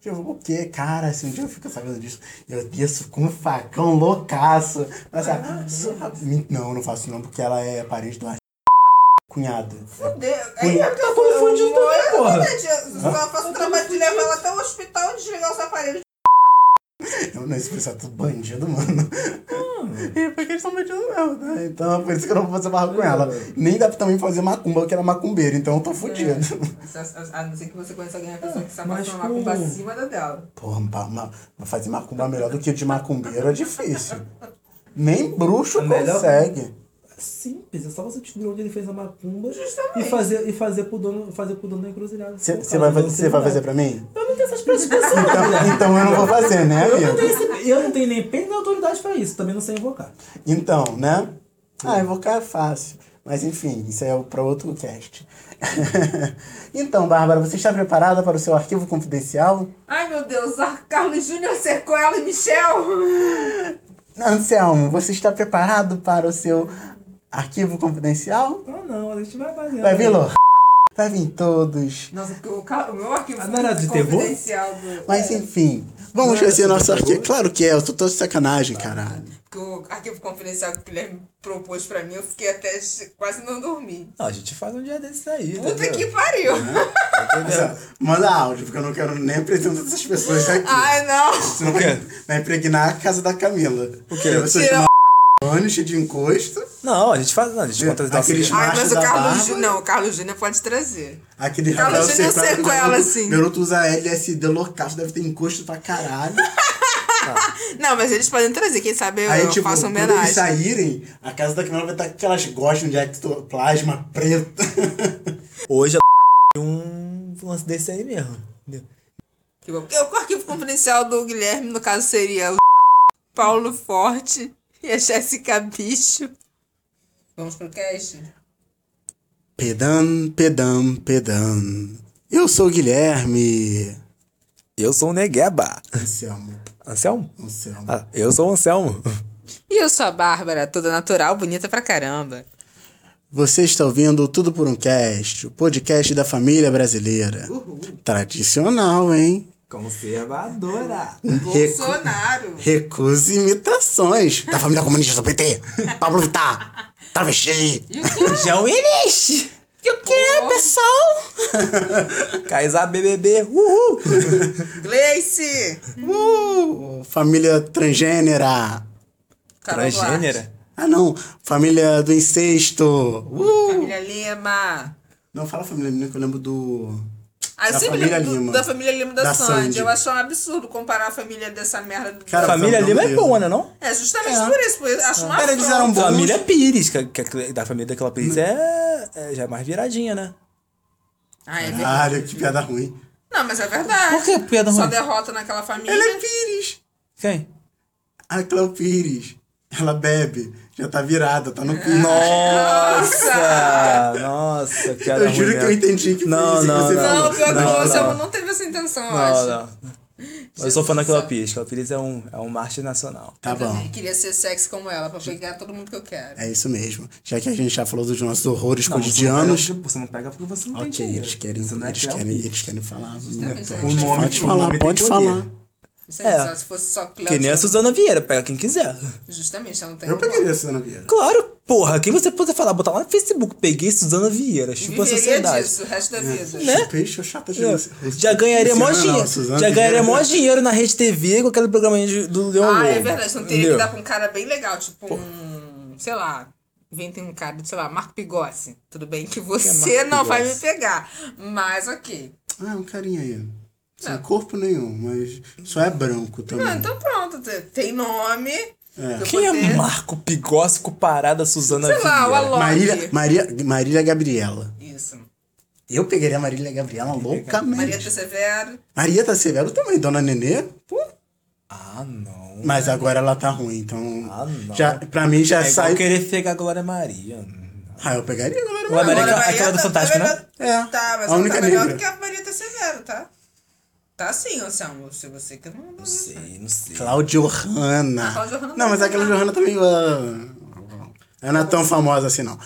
S1: Tipo, o quê? Cara, assim, um dia eu fico sabendo disso. Eu desço com um facão loucaço. Mas, ah, sou- Min- não, não faço não, porque ela é parente do ar- cunhada.
S3: fudeu.
S1: Ui,
S3: Aí é eu tô
S2: Tá confundindo tudo, porra.
S1: é?
S2: Tá
S3: Eu só faço o trabalho de levar ela até o hospital e desligar os aparelhos.
S1: Eu não, esse pessoal é tudo bandido, mano.
S2: Hum.
S1: E porque eles são bandidos mesmo, né? Então, é por isso que eu não vou fazer barra com ela.
S2: Hum.
S1: Nem dá pra também fazer macumba, porque ela é macumbeira, então eu tô fudido.
S2: É.
S3: A, a não ser que você conheça alguém, a pessoa que sabe
S2: Mas
S3: passar uma
S2: com-
S3: culpa acima da dela.
S1: Porra, ma, ma- ma- fazer macumba melhor do que de macumbeiro é difícil. Nem bruxo
S2: É melhor-
S1: consegue.
S2: Simples, é só você descobrir onde ele fez a macumba
S3: Justamente.
S2: e fazer, e fazer pro dono, fazer pro dono da encruzilhada. Pô,
S1: Você
S2: cara,
S1: vai,
S2: eu não
S1: fazer-
S2: sei
S1: cê vai
S2: nada.
S1: fazer pra mim?
S2: Eu não tenho essas coisas de pessoa.
S1: Então, então eu não vou fazer, né,
S2: Eu não, tenho
S1: amigo?
S2: esse- eu não tenho nem pena nem autoridade pra isso, também não sei invocar.
S1: Então, né? Ah, invocar é fácil. Mas enfim, isso é pra outro cast. então, Bárbara, você está preparada para o seu arquivo confidencial?
S3: Ai meu Deus, a Carlos Júnior cercou ela e Michel.
S1: Anselmo, você está preparado para o seu arquivo confidencial?
S2: Ah não, a gente vai fazer.
S1: Vai vir, Lô? Vai vir todos.
S3: Nossa, porque o, ca- o meu arquivo
S2: Ah, não era de terror?
S3: confidencial do.
S1: Mas enfim, vamos
S2: Não é
S1: fazer
S2: sobre
S1: nosso
S2: terror?
S1: arquivo. Claro que é, eu tô todo de sacanagem, caralho.
S3: que o arquivo confidencial que o Guilherme propôs pra mim, eu fiquei até che- quase não dormi.
S2: Não, a gente faz um dia desses aí.
S3: Puta
S2: entendeu?
S3: que pariu!
S1: Tá Manda áudio, porque eu não quero nem apresentar essas pessoas aqui.
S3: Ai, não!
S1: Senão vai, vai impregnar a casa da Camila. O
S2: quê?
S1: Você
S3: Tira-
S1: de uma cheio de encosto,
S2: Não, a gente faz. Não, a gente conta as nossas.
S1: Aqueles-
S3: Ai, mas
S1: Macho
S3: o
S1: da
S3: Carlos
S1: Bárbara.
S3: Júnior. Não, o Carlos Júnior pode trazer.
S1: aquele
S3: Carla
S1: Rafael
S3: Júnior
S1: Secrado,
S3: cercou
S1: Naruto-
S3: ela, assim.
S1: Naruto usa LSD loucaço, deve ter encosto pra caralho.
S3: Não, mas eles podem trazer, quem sabe eu,
S1: Aí,
S3: eu
S1: tipo,
S3: faço um
S1: quando eles
S3: homenagem.
S1: saírem, a casa da Camila vai estar com aquelas gostas de ectoplasma preto.
S2: Hoje é um lance desse aí mesmo. entendeu?
S6: Tipo,
S3: Que bom. Porque O arquivo confidencial do Guilherme, no caso, seria o
S6: Paulo Forte e a Jéssica Bicho.
S3: Vamos pro cast?
S1: Pedam, pedam, pedam. Eu sou o Guilherme. é
S2: Eu sou o Negueba.
S1: Anselmo,
S2: Anselmo?
S1: Anselmo.
S2: Ah, eu sou o Anselmo.
S6: E eu sou a Bárbara, toda natural, bonita pra caramba.
S1: Você está ouvindo o Tudo por um Cast, o podcast da família brasileira.
S3: Uh.
S1: Tradicional, hein?
S2: Conservadora.
S1: Recu
S3: Bolsonaro.
S1: recusa imitações da família comunista do PT. Pablo Vittar. Travesti.
S3: É,
S1: É,
S2: João Elis.
S6: E o que, pessoal?
S2: Caizá BBB. Uhul.
S3: Gleice.
S1: Uh, família transgênera.
S3: Carol Duarte.
S2: Transgênera.
S1: Ah, não. Família do incesto. Uh.
S3: Família Lima.
S1: Não, fala família Lima que eu lembro do...
S3: Ah, eu
S1: Da
S3: sempre
S1: família
S3: lembro do-
S1: Lima.
S3: da família Lima da,
S1: Da
S3: Sandy.
S1: Sandy.
S3: Eu acho um absurdo comparar a família dessa merda. do-
S1: Cara,
S2: Família
S1: pelo
S2: Lima é
S1: amor de
S2: boa, né
S1: Deus.
S2: não?
S3: É justamente por isso. Por isso. Acho um uma
S1: Cara, eles eram um
S3: afronta.
S1: bons.
S2: Família Pires, que, que- da família daquela Pires é, é já é mais viradinha, né?
S3: Ah, é verdade.
S1: Caralho, que piada ruim.
S3: Não, mas é verdade.
S2: Por que piada
S3: Só
S2: ruim?
S3: derrota naquela família.
S1: Ela é Pires.
S2: Quem?
S1: A Cléo Pires. Ela bebe. Já tá virada, tá no Pires.
S2: Nossa! Nossa, que
S1: Eu juro que eu entendi que foi
S2: Não,
S1: isso que
S2: não,
S1: você
S2: não.
S1: falou.
S3: Não, pior que
S2: Não,
S3: você
S2: não.
S3: não. teve essa intenção, eu
S2: Não,
S3: acho.
S2: não. Eu sou fã da
S3: Jesus.
S2: Cleo Pires. Cleo Pires é um, é um mártir nacional.
S1: Tá bom.
S3: Eu queria ser sexy como ela, pra pegar todo mundo que eu quero.
S1: É isso mesmo. Já que a gente já falou dos nossos horrores
S2: Não, você não
S1: cotidianos.
S2: pega- Você não pega porque você não tem
S1: Ok,
S2: dinheiro.
S1: eles querem,
S2: Você não é
S1: eles,
S2: Cleo
S1: querem,
S2: Pires.
S1: eles querem falar.
S2: O nome-
S1: Pode
S2: o
S1: falar,
S2: nome
S1: pode
S2: tem
S1: falar.
S2: poder.
S3: Isso
S2: É.
S3: só se fosse só Cleo. tipo,
S2: Que nem a Suzana Vieira, pega quem quiser.
S3: Justamente, ela não tem
S1: Eu peguei a Suzana Vieira.
S2: Claro, porra, quem você puder falar, botar lá no Facebook, peguei Suzana Vieira, chupa a
S3: Viveria
S2: sociedade.
S3: disso o resto da vida.
S1: é?
S2: Né?
S1: Peixe chata de
S2: Já ganharia
S3: é
S2: mó
S1: Luciana não,
S2: dinheiro.
S1: Suzana
S2: Já
S1: Vieira.
S2: ganharia mó dinheiro na Rede TV com aquele programa de- do Leão
S3: Ah,
S2: Lobo.
S3: é verdade. Você não teria
S2: Entendeu?
S3: que dar pra um cara bem legal, tipo um. Sei lá. Inventem um cara, sei lá, Marco Pigossi. Tudo bem
S2: é
S3: que você não vai me pegar. Mas ok.
S1: Ah, um carinha aí. Sem corpo nenhum, mas só é branco também.
S3: Ah, então pronto. te- Tem nome. pra eu
S2: Quem Hum. é
S3: poder-
S2: Marco Pigossi comparado a Suzana
S3: Sei lá, o
S2: Vieira?
S3: Alok.
S1: Marília, Maria, Marília Gabriela.
S3: Isso.
S1: Eu pegaria a Marília Gabriela
S3: Maria tá-
S1: loucamente.
S3: Severo.
S1: Maria tá severo também, dona Nenê. Pô,
S2: ah, não.
S1: Mas agora ela tá ruim, então.
S2: Ah, não.
S1: já, pra mim já
S2: É igual
S1: sai.
S2: querer pegar a Glória Maria.
S1: Ah, eu pegaria a Glória
S2: Glória
S1: Maria.
S2: Maria é
S3: Agora,
S2: aquela-
S3: Maria
S2: aquela do
S3: tá-
S2: Fantástico, né?
S1: É,
S3: Tá, mas
S1: a
S3: ela
S1: única
S3: tá melhor
S1: negra.
S3: do que a Maria Severo, tá? Tá sim, Anselmo. Se você que não.
S2: Não sei, não sei.
S1: Cláudia Johanna.
S3: Ah, Cláudia Johanna
S1: Não, mas
S3: também
S1: aquela
S3: não.
S1: Johanna também. ah, Ela não é tão famosa assim, não.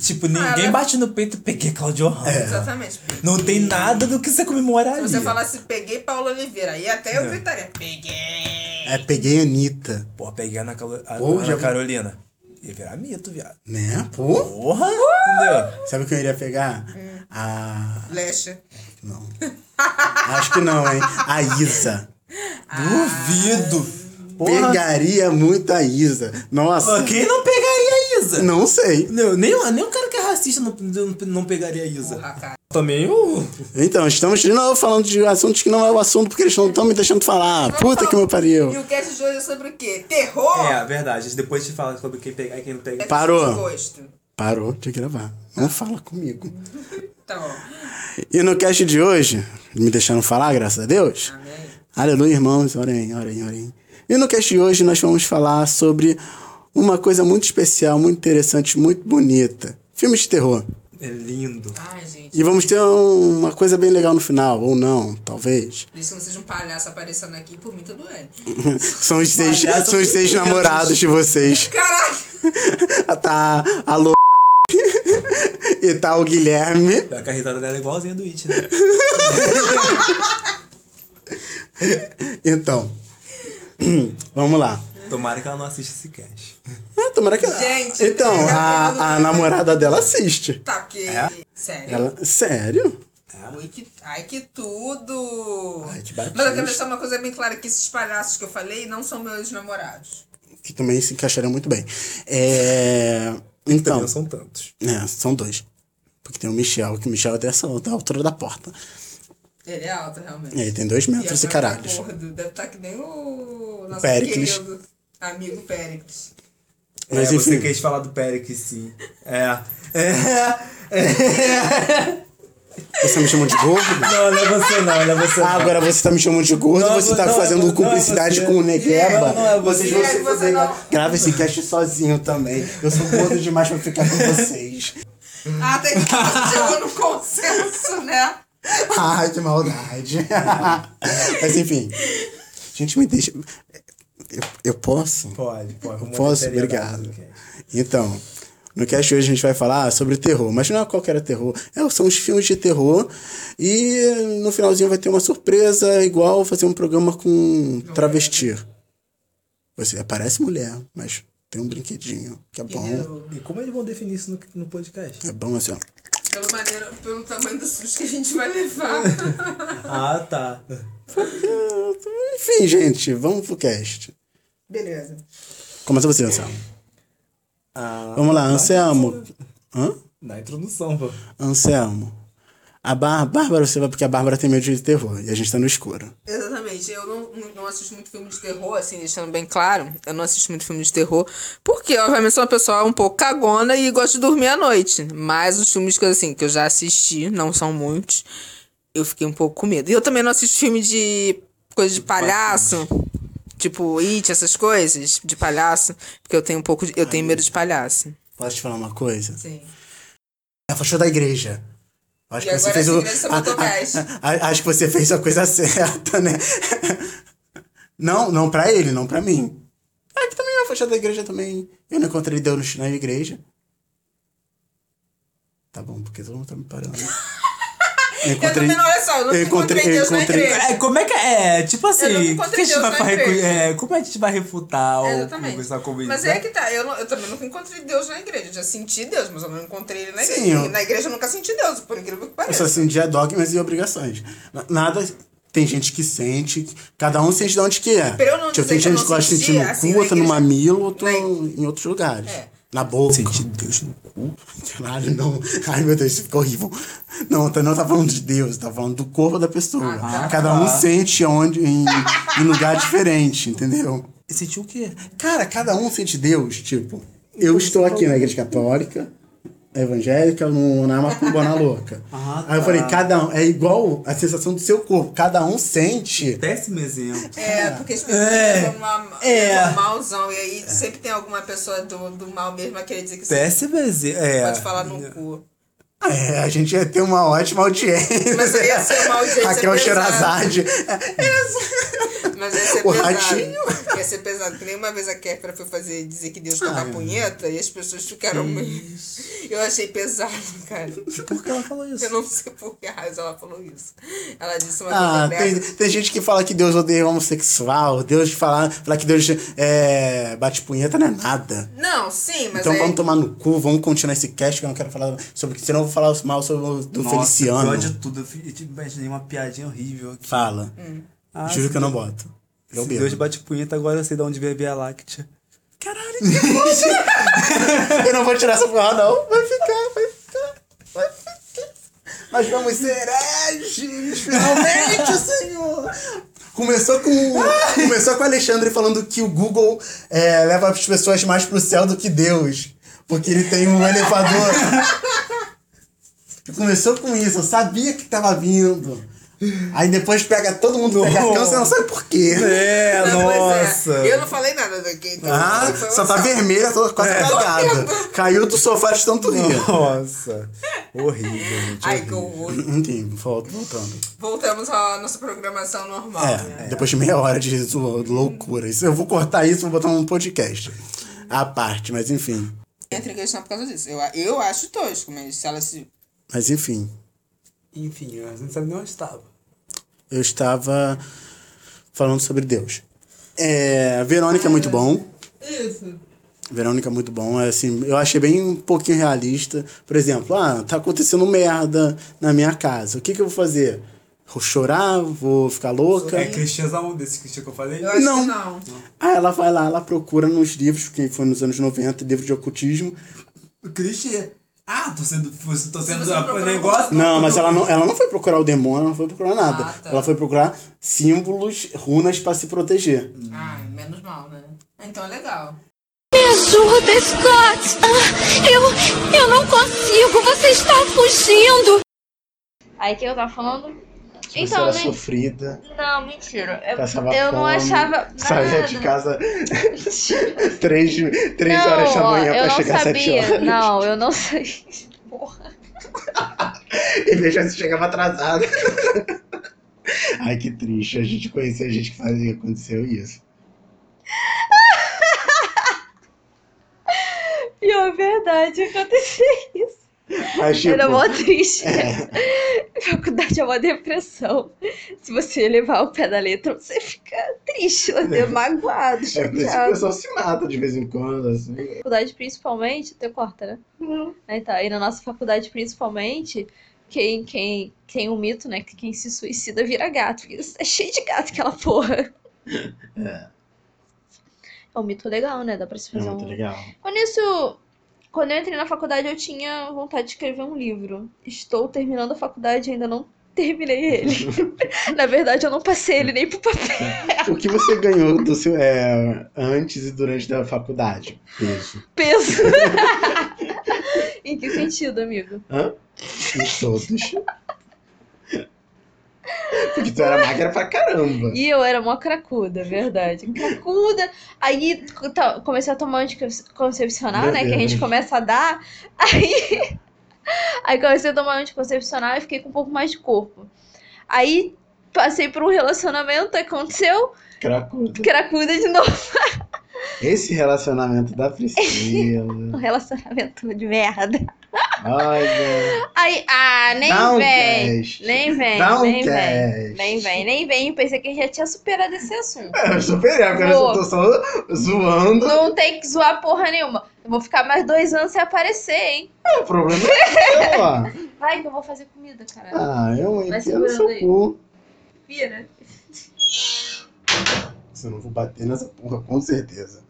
S2: Tipo,
S3: Ah,
S2: ninguém
S3: ela-
S2: bate no peito, peguei Claudio Ramos.
S3: Exatamente.
S2: É. Não tem nada do que você comemorar
S3: Se
S2: ali.
S3: você falasse peguei Paula Oliveira, aí até
S2: É.
S3: eu gritaria: peguei!
S1: É, peguei a Anitta.
S2: Pô, peguei a Ana, Calo... a
S1: Pô,
S2: Ana
S1: já-
S2: Carolina. Ia virar mito, viado.
S1: Né? Pô.
S2: Porra! Entendeu?
S1: Sabe o que eu iria pegar? A.
S3: Lecha.
S1: Não. Acho que não, hein? A Isa. Ah.
S2: Duvido! Porra!
S1: Pegaria muito a Isa. Nossa.
S2: Pô, Quem não pegaria a Isa?
S1: Não sei.
S2: Não, nem, nem um cara que é racista não, não, não pegaria a Isa.
S3: Ah,
S2: um. Também o.
S1: Então, estamos de novo falando de assuntos que não é o assunto, porque eles não estão me deixando falar. Puta que me
S3: E
S1: pariu.
S3: o cast de hoje é sobre o quê? Terror? É
S2: É, verdade. Depois te fala sobre quem pegar e quem não pega.
S1: Parou.
S3: Desgosto.
S1: Parou de gravar. Não fala comigo.
S3: Tá bom.
S1: E no cast de hoje, me deixaram falar, graças a
S3: Ah,
S1: Deus.
S3: né?
S1: Aleluia, irmãos, orem, orem, orem. E no cast de hoje nós vamos falar sobre uma coisa muito especial, muito interessante, muito bonita. Filmes de terror.
S2: É lindo.
S3: Ai, gente.
S1: E vamos ter um- uma coisa bem legal no final, ou não, talvez.
S3: Por isso que não seja um palhaço aparecendo aqui por mim, tudo é. bem.
S1: São os seis,
S2: Palhaço
S1: são os seis
S2: fica-
S1: namorados de vocês.
S3: Caraca!
S1: Tá a Lô... e tá o Guilherme.
S2: A carretada dela é igualzinha do It, né?
S1: Então, vamos lá.
S2: Tomara que ela não assista esse cast.
S1: Ah, tomara que...
S3: Gente,
S1: então, a, a namorada dela assiste.
S3: Tá, porque.
S2: É?
S3: Sério.
S1: Ela, sério?
S3: Ui, que- Ai, que tudo!
S1: Ai, que batista.
S3: Mas eu quero deixar uma coisa bem clara: que esses palhaços que eu falei não são meus namorados.
S1: Que também se encaixaria muito bem. É... Então,
S2: Não são tantos.
S1: é, são dois. Porque tem o Michel, que o Michel é dessa outra altura da porta.
S3: Ele é alto, realmente.
S1: E aí tem dois
S3: E
S1: metros e
S3: agora tá
S1: caralhos.
S3: gordo. Deve estar que nem o nosso
S1: Péricles.
S3: querido amigo Péricles.
S1: Mas
S2: é,
S1: enfim.
S2: você quis falar do Pericles, sim. É. É. É.
S1: Você tá me chamou de gordo?
S2: Não, não é você não, não é você não.
S1: Ah, agora você tá me chamando de gordo,
S2: Não,
S1: você tá
S2: não,
S1: fazendo
S2: não,
S1: cumplicidade
S2: não,
S1: com o
S2: não,
S1: Negueba.
S2: não, é
S1: vocês
S2: você.
S1: vão
S3: É,
S1: se
S3: você
S1: fazer.
S3: não.
S1: Grava esse cast sozinho também. Eu sou gordo demais pra ficar com vocês.
S3: Ah, tem que chegou no consenso, né?
S1: Ai, que maldade. Mas enfim. Gente, me deixa. Eu, eu posso?
S2: Pode, pode. com
S1: Posso?
S2: muita seriedade,
S1: Obrigado.
S2: ok.
S1: Então, no cast hoje a gente vai falar ah, sobre terror, mas não é qualquer terror. É, são os filmes de terror. E no finalzinho vai ter uma surpresa, igual fazer um programa com travesti. Você aparece mulher, mas tem um brinquedinho, que é bom.
S2: E como eles vão definir isso no, no podcast?
S1: É bom assim, ó.
S3: Pelo, maneiro, pelo tamanho do susto que a gente vai levar.
S2: Ah, tá.
S1: Enfim, gente, vamos pro cast.
S3: Beleza.
S1: Começa você, Anselmo.
S2: Ah,
S1: Vamos lá, Anselmo. Hã?
S2: Na introdução, pô.
S1: Anselmo. A Bár- Bárbara, você vai porque a Bárbara tem medo de terror e a gente tá no escuro.
S7: Exatamente, eu não, não- não assisto muito filme de terror, assim, deixando bem claro, eu não assisto muito filme de terror, porque, obviamente, sou uma pessoa um pouco cagona e gosto de dormir à noite. Mas os filmes que, eu, assim, que eu já assisti, não são muitos, eu fiquei um pouco com medo. E eu também não assisto filme de coisa de palhaço, tipo It, essas coisas, de palhaço, porque eu tenho um pouco de, eu tenho medo de palhaço.
S1: Posso te falar uma coisa?
S3: Sim.
S1: Afastou da igreja. Acho
S3: E
S1: que você
S3: agora
S1: fez
S3: a
S1: o.
S3: igreja botou gás.
S1: a- a- acho que você fez a coisa certa, né? Não, não pra ele, não pra mim. Ah, que também vai afastar da igreja também. Eu não encontrei Deus na igreja. Tá bom, porque todo mundo tá me parando. Eu
S3: Eu também, não, olha só, eu não
S1: eu encontrei-
S3: encontrei,
S1: eu
S3: Deus
S1: encontrei-
S3: na igreja.
S2: É, como é que é? Tipo
S3: Eu não
S2: assim,
S3: encontrei
S2: o que a gente
S3: Deus
S2: vai
S3: na
S2: pra recu-
S3: igreja.
S2: é, como a gente vai refutar ou
S3: Exatamente.
S2: conversar com isso?
S3: Mas
S2: né?
S3: é que tá, eu, não- eu também nunca encontrei Deus na igreja. Eu já senti Deus, mas eu não encontrei ele na
S1: Sim,
S3: igreja.
S1: eu-
S3: E Na igreja eu nunca senti Deus, por incrível que
S1: Eu
S3: pareça.
S1: só sentia dogmas e obrigações. Na- Nada. Tem gente que sente. Cada um sente de onde que é.
S3: Pra eu não
S1: tipo,
S3: dizer
S1: tem
S3: que eu
S1: gente
S3: não
S1: que gosta de sentir
S3: sentia,
S1: no
S3: assim,
S1: cu,
S3: na
S1: outra no
S3: igreja-
S1: mamilo, outra
S3: na
S1: em outros lugares.
S3: É.
S1: Na boca. Sentir Deus no cu? Caralho, não. Ai, meu Deus, isso ficou horrível. Não, tá- não tá falando de Deus, tá falando do corpo da pessoa.
S3: Ah, tá.
S1: Cada um sente onde, em, em lugar diferente, entendeu?
S2: Sentiu o quê?
S1: Cara, cada um sente Deus, tipo, eu estou aqui na igreja católica, evangélica, no, na macumbana é louca.
S2: Ah,
S1: Aí eu
S2: tá.
S1: falei, cada um, é igual a sensação do seu corpo, cada um sente.
S2: Péssimo exemplo.
S3: É, porque as pessoas
S2: É.
S3: levam uma,
S2: É.
S3: levam um malzão. E aí sempre tem alguma pessoa do, do mal mesmo a querer dizer que você
S2: Péssimo exemplo. É.
S3: pode falar no cu.
S1: É, a gente ia ter uma ótima audiência.
S3: Mas é ia ser uma audiência
S1: Raquel
S3: pesada.
S1: é Xerazade.
S3: Mas ia ser
S1: O
S3: pesado.
S1: ratinho.
S3: Ia ser pesado. Que nem uma vez a Kéfera foi fazer, dizer que Deus tava
S1: Ah, é.
S3: punheta e as pessoas ficaram meio... Eu achei pesado, cara.
S2: Por que ela falou isso?
S3: Eu não sei por que raios ela falou isso. Ela disse uma coisa
S1: Ah, tem,
S3: dessa.
S1: tem gente que fala que Deus odeia homossexual, Deus falar fala que Deus é, bate punheta não é nada.
S3: Não, sim, mas é
S1: Então
S3: aí...
S1: vamos tomar no cu, vamos continuar esse cast que eu não quero falar sobre. Senão eu vou falar mal sobre o do
S2: Nossa,
S1: Feliciano.
S2: Pior de tudo, eu fi- eu te imaginei uma piadinha horrível aqui.
S1: Fala.
S2: Ah,
S1: Juro
S2: se
S1: que eu não boto. Eu
S2: Se
S1: bebo.
S2: Deus bate punheta, agora eu sei de onde veio a Via Láctea.
S1: Eu não vou tirar essa porra, não. Vai ficar, vai ficar, vai ficar. Nós vamos ser hereges, finalmente, senhor. Começou com, começou com o Alexandre falando que o Google é, leva as pessoas mais pro céu do que Deus. Porque ele tem um elevador. Começou com isso, eu sabia que tava vindo. Aí depois pega todo mundo pega
S2: Não.
S1: câncer, não sabe por quê.
S2: É,
S3: Não, pois
S2: nossa.
S3: É. Eu não falei nada daqui, então.
S1: Ah,
S3: não foi
S1: só
S3: uma
S1: tá
S3: só.
S1: vermelha, toda quase cagada. Caiu do sofá de tanto rir.
S2: Nossa. horrível, gente.
S3: Ai, que
S2: horrível.
S3: horror.
S1: Enfim, vol- voltando.
S3: Voltamos à nossa programação normal, né?
S1: É, depois de meia hora de zo- loucura. Isso, eu vou cortar isso e vou botar um podcast. A parte, mas enfim.
S3: É. Entra em questão por causa disso. Eu, eu acho tosco, mas se ela se...
S1: Mas enfim,
S2: Enfim, eu não sabe nem onde estava.
S1: eu estava falando sobre Deus. É, Verônica é muito bom.
S8: Isso.
S1: Verônica é muito bom, é assim, eu achei bem um pouquinho realista. Por exemplo, ah, tá acontecendo merda na minha casa. O que que eu vou fazer? Vou chorar? Vou ficar louca?
S2: É cristãozão desse cristão que eu falei?
S3: Eu acho
S1: Não.
S3: que não.
S1: Aí ela vai lá, ela procura nos livros, que foi nos anos 90, livro de ocultismo.
S2: O clichê. Ah, tô sendo. Tô sendo
S3: você
S2: um
S3: procura
S2: negócio.
S1: Não, mas ela não, ela não foi procurar o demônio, ela não foi procurar nada.
S3: Ah, tá.
S1: Ela foi procurar símbolos, runas pra se proteger.
S3: Ai, menos mal, né? Então é legal.
S9: Me ajuda, Scott! Ah, eu. eu não consigo! Você está fugindo! Aí o que eu tava falando?
S1: Tipo, você era
S9: nem-
S1: sofrida,
S9: Não, mentira. Eu,
S1: passava
S9: Então, né? eu
S1: fome,
S9: não achava.
S1: saía
S9: nada.
S1: de casa três, três
S9: não,
S1: horas da
S9: ó,
S1: manhã
S9: eu
S1: pra
S9: não
S1: chegar às sete
S9: sabia.
S1: horas.
S9: Não, eu não sei.
S1: E veja se chegava atrasado. Ai, que triste. A gente conheceu a gente que fazia, aconteceu isso.
S9: E é verdade, aconteceu.
S1: Mas, tipo,
S9: Era mó triste. Faculdade é uma depressão. Se você levar o pé da letra, você fica triste, né? magoado,
S1: é por isso que o
S9: chateado.
S1: pessoal se mata de vez em quando, assim.
S9: faculdade principalmente, tu corta, né? Aí tá, e na nossa faculdade principalmente, quem, quem tem um mito, né? Que quem se suicida vira gato. Porque é cheio de gato aquela porra.
S1: É.
S9: É um mito legal, né? Dá pra se
S1: É
S9: fazer
S1: muito
S9: um.
S1: legal.
S9: Quando isso. Quando eu entrei na faculdade, eu tinha vontade de escrever um livro. Estou terminando a faculdade e ainda não terminei ele. na verdade, eu não passei ele nem pro papel.
S1: O que você ganhou do seu, é, antes e durante da faculdade? Peso.
S9: Peso. em que sentido, amigo?
S1: Hã? Em todos. Porque tu era magra pra caramba.
S9: E eu era mó cracuda, verdade. Cracuda. Aí tá, comecei a tomar anticoncepcional,
S1: Meu
S9: né? Que a gente
S1: Deus.
S9: começa a dar. Aí, aí comecei a tomar anticoncepcional e fiquei com um pouco mais de corpo. Aí passei por um relacionamento, aconteceu,
S1: Cracuda.
S9: cracuda de novo.
S1: Esse relacionamento da Priscila.
S9: Um relacionamento de merda.
S1: Olha.
S9: Aí, ah, nem
S1: Dá um
S9: vem.
S1: teste.
S9: Nem vem,
S1: Dá um
S9: nem
S1: teste.
S9: vem. Nem vem, nem vem. Pensei que a gente já tinha superado esse assunto.
S1: Eu superei, agora eu só tô só zoando.
S9: Não tem que zoar porra nenhuma. Eu vou ficar mais dois anos sem aparecer, hein?
S1: O problema é seu, ó.
S9: Vai que eu vou fazer comida, cara.
S1: Ah, eu
S9: Vai
S1: entendo seu
S9: segurando aí.
S1: cu.
S9: Pira.
S1: Se eu não vou bater nessa porra, com certeza.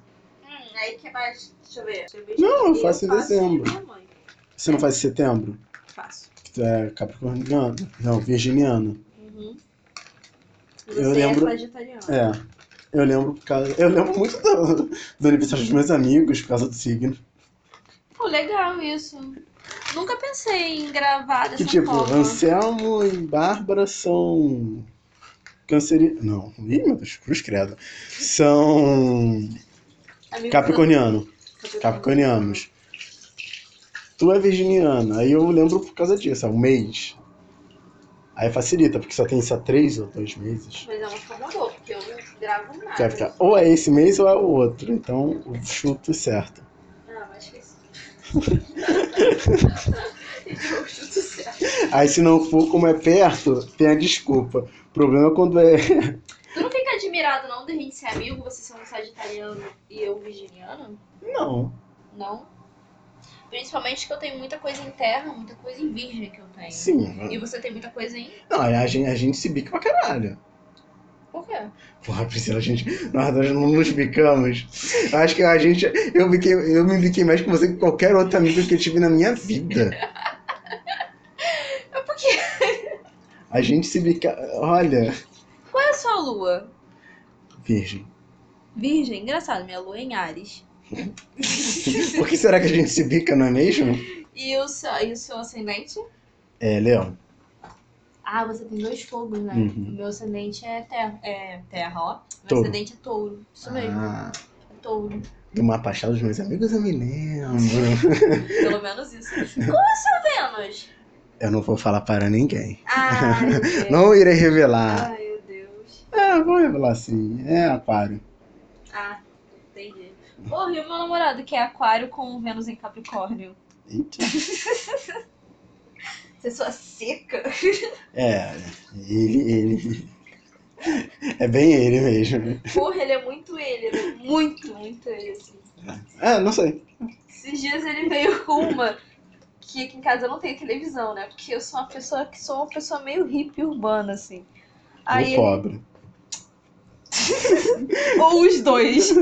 S9: Hum, aí que mais? Deixa eu ver. Deixa eu ver.
S1: Não, eu faço em
S9: faço
S1: dezembro.
S9: minha mãe.
S1: Você não faz em setembro?
S9: Faço.
S1: Que tu é capricorniano? Não, virginiano.
S9: Uhum.
S1: Eu
S9: Você
S1: lembro-
S9: é sagitariano.
S1: É. Eu lembro por causa. Eu lembro muito do, do aniversário dos meus amigos por causa do signo. É.
S9: Pô, legal isso. Nunca pensei em gravar dessa
S1: Que tipo,
S9: forma.
S1: Anselmo e Bárbara são. Canceri. Não. Ih, meu Deus, cruz credo. São.
S9: Amigo
S1: Capricorniano.
S9: Capricorniano.
S1: Capricornianos. Tu é virginiana. Aí eu lembro por causa disso, é um mês. Aí facilita, porque só tem só três ou dois meses.
S9: Mas é uma forma boa, porque eu não gravo nada.
S1: Tu vai ficar, ou é esse mês ou é o outro. Então, o chuto certo.
S9: Ah, mas esqueci. Eu chuto certo.
S1: Aí se não for como é perto, tem a desculpa. O problema é quando é.
S9: Tu não fica admirado não de a gente ser amigo, você ser um sagitariano e eu virginiano?
S1: Não.
S9: Não. Principalmente que eu tenho muita coisa em terra, muita coisa em virgem que eu tenho.
S1: Sim.
S9: E você tem muita coisa em.
S1: Não, a gente, a gente se bica pra caralho.
S9: Por quê?
S1: Porra, Priscila, a gente. Nós dois não nos bicamos. Eu Acho que a gente. Eu, biquei, eu me biquei mais com você que qualquer outro amigo que eu tive na minha vida.
S9: Mas por quê?
S1: A gente se bica. Olha.
S9: Qual é a sua lua?
S1: Virgem.
S9: Virgem? Engraçado, minha lua é em Ares.
S1: Por que será que a gente se bica, não é mesmo?
S9: E o seu, e o seu ascendente?
S1: É, Leão.
S9: Ah, você tem dois fogos, né?
S1: Uhum.
S9: O meu ascendente é terra, é terra ó. Meu
S1: Touro.
S9: ascendente é touro. Isso mesmo,
S1: Ah,
S9: é touro.
S1: do mapa astral dos meus amigos eu me lembro.
S9: Pelo menos isso. Como é seu Vênus?
S1: Eu não vou falar para ninguém.
S9: Ai, meu Deus.
S1: Não irei revelar.
S9: Ai, meu Deus.
S1: É, eu vou revelar sim. É aquário.
S9: Ah, entendi. Porra, e o meu namorado que é aquário com Vênus em Capricórnio?
S1: Eita.
S9: Você sua seca?
S1: É, ele, ele. É bem ele mesmo.
S9: Porra, ele é muito ele, ele é muito, muito ele, assim.
S1: É, não sei.
S9: Esses dias ele veio com uma que aqui em casa eu não tenho televisão, né? Porque eu sou uma pessoa que sou uma pessoa meio hippie urbana, assim. Aí
S1: Ou É pobre.
S9: Ou os dois.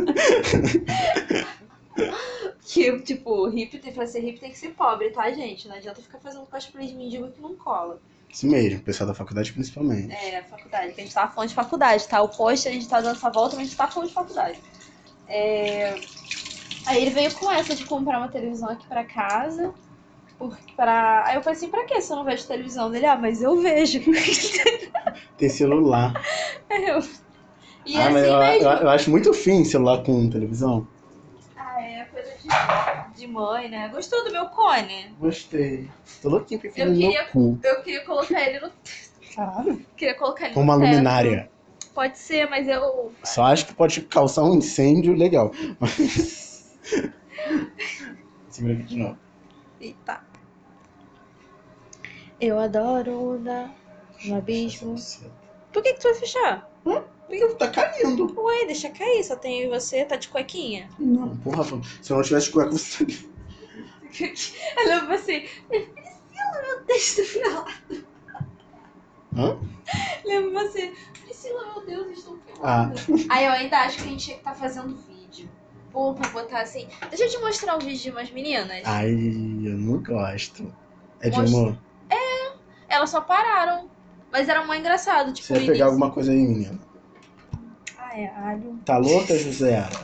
S9: que, tipo, hippie, tem- pra ser hippie tem que ser pobre, tá, gente? Não adianta ficar fazendo cosplay de mendigo que não cola.
S1: Isso mesmo, o pessoal da faculdade principalmente.
S9: É, faculdade, que a gente tava falando de faculdade, tá? O post a gente tá dando essa volta, mas a gente tá falando de faculdade. É, Aí ele veio com essa de comprar uma televisão aqui pra casa. Porque pra... Aí eu falei assim, pra que se eu não vejo televisão? Ele, ah, mas eu vejo.
S1: Tem celular.
S9: Aí eu- E é
S1: ah, mas
S9: assim
S1: eu,
S9: mesmo.
S1: eu- eu acho muito fim celular com televisão.
S9: Ah, é coisa de, de mãe, né? Gostou do meu cone?
S1: Gostei. Tô louquinho pra enfiar
S9: Eu
S1: no meu
S9: queria-
S1: cu.
S9: Eu queria colocar ele no... Queria colocar ele
S1: Com uma
S9: no teto.
S1: luminária.
S9: Pode ser, mas eu...
S1: Só acho que pode causar um incêndio legal. Segura aqui de novo.
S9: Eita. Eu adoro né? na... no Um abismo. Por que que tu vai fechar?
S1: Tá caindo.
S9: Ué, deixa cair, só tem eu e você, tá de cuequinha.
S1: Não, porra, Rafa, se eu não tivesse cueca, você estaria.
S9: Ela eu assim, Priscila, meu Deus do pelado.
S1: Hã?
S9: Lembra você, assim, Priscila, meu Deus, eu estou
S1: Ah.
S9: pelado. Aí eu ainda acho que a gente tinha que estar fazendo vídeo. Ou pra botar assim. Deixa eu te mostrar um vídeo de umas meninas.
S1: Ai, eu não gosto. É de
S9: Gosto.
S1: humor.
S9: Elas só pararam. Mas era muito engraçado, tipo,
S1: Você vai
S9: o
S1: pegar
S9: início.
S1: alguma coisa aí, menina.
S9: Ah, é alho.
S1: Tá louca, José? Ara?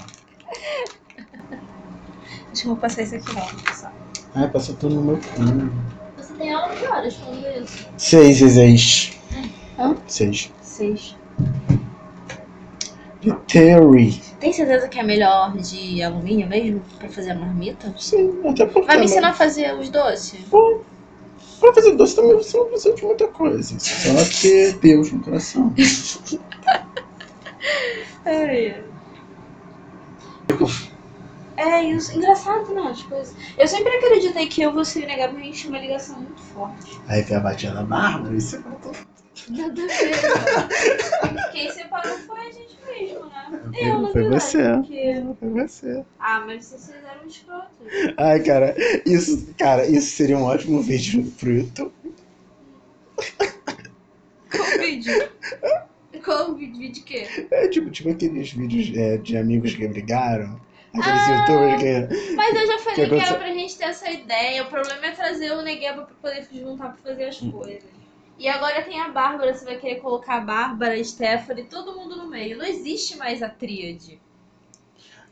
S9: Acho que eu vou passar isso aqui logo, pessoal.
S1: Ai, passou tudo no meu cu.
S9: Você tem aula que horas falando isso?
S1: Seis, seis, seis.
S9: Hã?
S1: Seis.
S9: Seis.
S1: The Theory.
S9: Tem certeza que é melhor de alumínio mesmo? Pra fazer a marmita?
S1: Sim, até porque.
S9: Vai me
S1: não-
S9: ensinar a fazer os doces?
S1: Pra fazer doce também você não precisa de muita coisa. Só ter Deus no coração.
S9: É isso, engraçado, não, as coisas. Eu sempre acreditei que eu vou ser negar, porque a gente tinha uma ligação muito forte.
S1: Aí vem a batida da Bárbara e você contou.
S9: Nada a ver. né? Quem separou foi a gente mesmo, né?
S1: Foi-
S9: Eu, na
S1: foi
S9: verdade,
S1: você.
S9: porque-
S1: Foi você.
S9: Ah, mas vocês eram escrotos.
S1: Ai, cara, isso, cara, isso seria um ótimo vídeo pro YouTube.
S9: Qual vídeo? Qual vídeo? Vídeo de quê?
S1: É tipo, tipo aqueles vídeos é, de amigos que brigaram. Aqueles
S9: Ah.
S1: youtubers que.
S9: Mas eu já falei que, era
S1: aconteceu?
S9: pra gente ter essa ideia. O problema é trazer o Negueba pra poder se juntar pra fazer
S1: Hum.
S9: as coisas. E agora tem a Bárbara, você vai querer colocar a Bárbara, a Stephanie, todo mundo no meio. Não existe mais a tríade.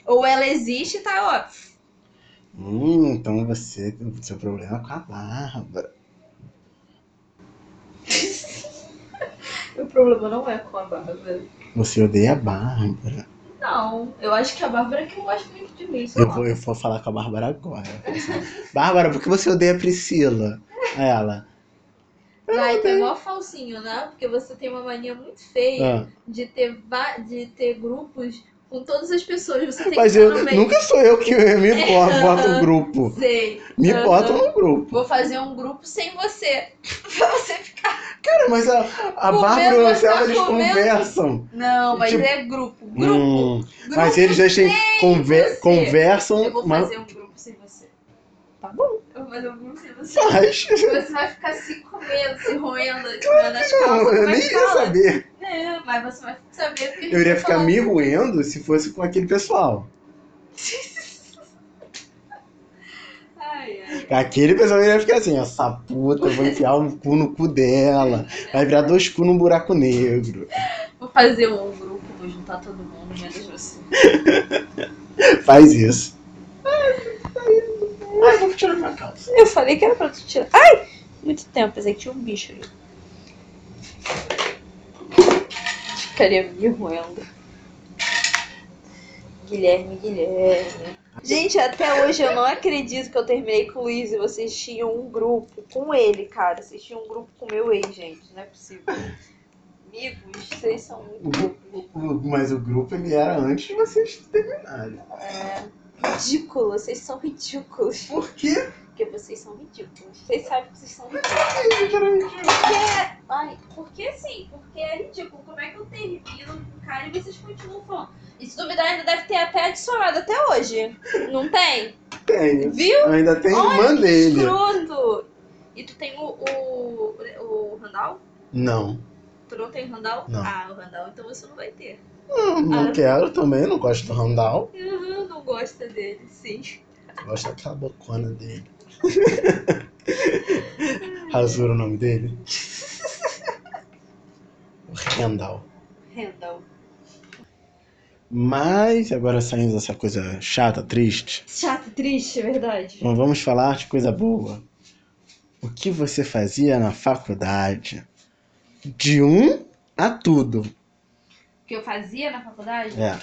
S9: Ou ela existe, tá, ó.
S1: Hum, então você. O seu problema é com a Bárbara.
S9: O problema não é com a Bárbara.
S1: Você odeia a Bárbara.
S9: Não, eu acho que a Bárbara é que eu gosto muito de mim, sei
S1: Eu
S9: lá.
S1: vou, eu vou falar com a Bárbara agora. Eu vou falar, Bárbara, por que você odeia a Priscila? Aí Ela.
S9: Vai, tu é mó falsinho, né? Porque você tem uma mania muito feia
S1: "Ah,
S9: de, ter va- de ter grupos com todas as pessoas. Você tem
S1: mas
S9: que estar
S1: eu,
S9: no meio.
S1: nunca sou eu que me boto, boto no grupo.
S9: Sei.
S1: Me
S9: Aham.
S1: botam no grupo.
S9: Vou fazer um grupo sem você. pra você ficar.
S1: Cara, mas a, a
S9: Comendo,
S1: Bárbara e o Anselmo,
S9: tá
S1: eles
S9: comendo.
S1: conversam.
S9: Não, mas
S1: Tipo-
S9: é grupo. Grupo.
S1: Hum,
S9: grupo.
S1: mas eles deixam conver,
S9: você.
S1: conversam,
S9: Eu vou
S1: mas
S9: fazer um grupo sem você. Tá bom. Eu vou fazer um grupo sem você.
S1: faz.
S9: Você vai ficar se comendo, se roendo, se roendo as calças.
S1: Não, eu
S9: mas
S1: nem ia
S9: é fala.
S1: saber.
S9: É, mas você vai saber porque a gente
S1: Eu iria
S9: vai
S1: ficar
S9: falar.
S1: me roendo se fosse com aquele pessoal.
S9: Ai, ai.
S1: Aquele pessoal iria ficar assim, essa puta, eu vou enfiar um cu no cu dela. Vai virar dois cu num buraco negro.
S9: Vou fazer um grupo, vou juntar todo mundo, menos você.
S1: Faz isso. Ai, vou tirar minha calça.
S9: Eu falei que era pra tu tirar. Ai! Muito tempo, pensei que tinha um bicho ali. Ficaria me roendo. Guilherme, Guilherme. Gente, até hoje eu não acredito que eu terminei com o Luiz e vocês tinham um grupo com ele, cara. Vocês tinham um grupo com o meu ex, gente. Não é possível. Amigos, vocês são muito loucos.
S1: O- Mas o grupo ele era antes de vocês terminarem.
S9: ridículos. Vocês são ridículos.
S1: Por quê?
S9: Porque vocês são ridículos. Vocês sabem que vocês são ridículos.
S1: Sinceramente,
S9: Ai, porque assim, porque é ridículo. Como é que eu termino com o cara e vocês continuam falando? E se duvidar, ainda deve ter até adicionado até hoje. Não tem?
S1: Tenho.
S9: Viu?
S1: Ainda tem a
S9: Olha
S1: irmã
S9: que
S1: dele.
S9: escroto! E tu tem o, o, o Randall?
S1: Não.
S9: Tu não tem Randall?
S1: Não.
S9: Ah, o Randall, então você não vai ter.
S1: Não, não
S9: Ah.
S1: quero também, não gosto do Randall.
S9: Uhum, não gosta dele, sim.
S1: Gosto daquela bocona dele. Rasura o nome dele? O Randall.
S9: Randall.
S1: Mas agora saindo dessa coisa chata, triste,
S9: Chato, triste, é verdade.
S1: vamos falar de coisa boa. O que você fazia na faculdade? De um a tudo.
S9: O que eu fazia na faculdade?
S1: É.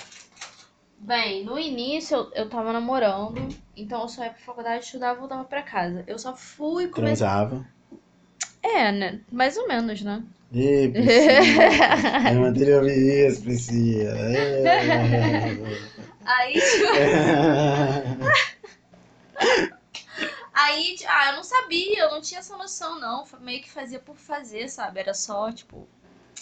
S9: Bem, no início eu, eu tava namorando, então eu só ia pra faculdade, estudava e voltava pra casa. Eu só fui
S1: Então,
S9: começar.
S1: Transava.
S9: É, né? Mais ou menos, né?
S1: Ê, Priscila. Eu mandei ouvir isso, Priscila. É.
S9: Aí, tipo, aí, tipo, ah, eu não sabia, eu não tinha essa noção, não. Foi Meio que fazia por fazer, sabe? Era só, tipo,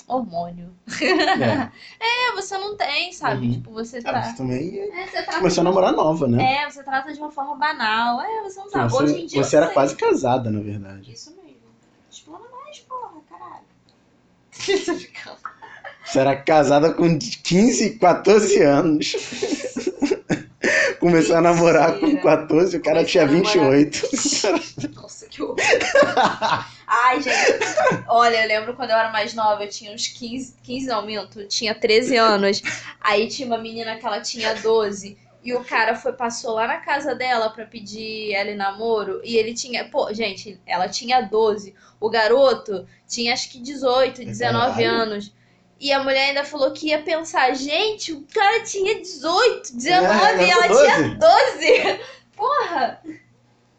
S9: hormônio.
S1: É.
S9: É, você não tem, sabe?
S1: Uhum.
S9: Tipo, você
S1: Ah, mas
S9: tá.
S1: também
S9: É, você trata.
S1: começou a namorar nova, né? Então,
S9: É, você trata de uma forma banal. É, você não sabe. Hoje em
S1: Você,
S9: dia.
S1: você
S9: eu
S1: era
S9: sei.
S1: quase casada, na verdade.
S9: Isso mesmo. Explana mais, porra, caralho. Tô brincando.
S1: Você era casada com 15, 14 anos. Começou a namorar com
S9: Mentira.
S1: 14, o cara
S9: Comecei
S1: tinha
S9: a namorar-
S1: 28.
S9: Nossa, que horror. Ai, gente. Olha, eu lembro quando eu era mais nova, eu tinha uns 15, 15 não, minto, eu tinha 13 anos. Aí tinha uma menina que ela tinha 12. E o cara foi, passou lá na casa dela pra pedir ela em namoro. E ele tinha. Pô, gente, ela tinha 12. O garoto tinha acho que 18, 19
S1: Caralho.
S9: anos. E a mulher ainda falou que ia pensar, gente, o cara tinha 18, 19
S1: É,
S9: e ela
S1: 12.
S9: tinha 12. Porra!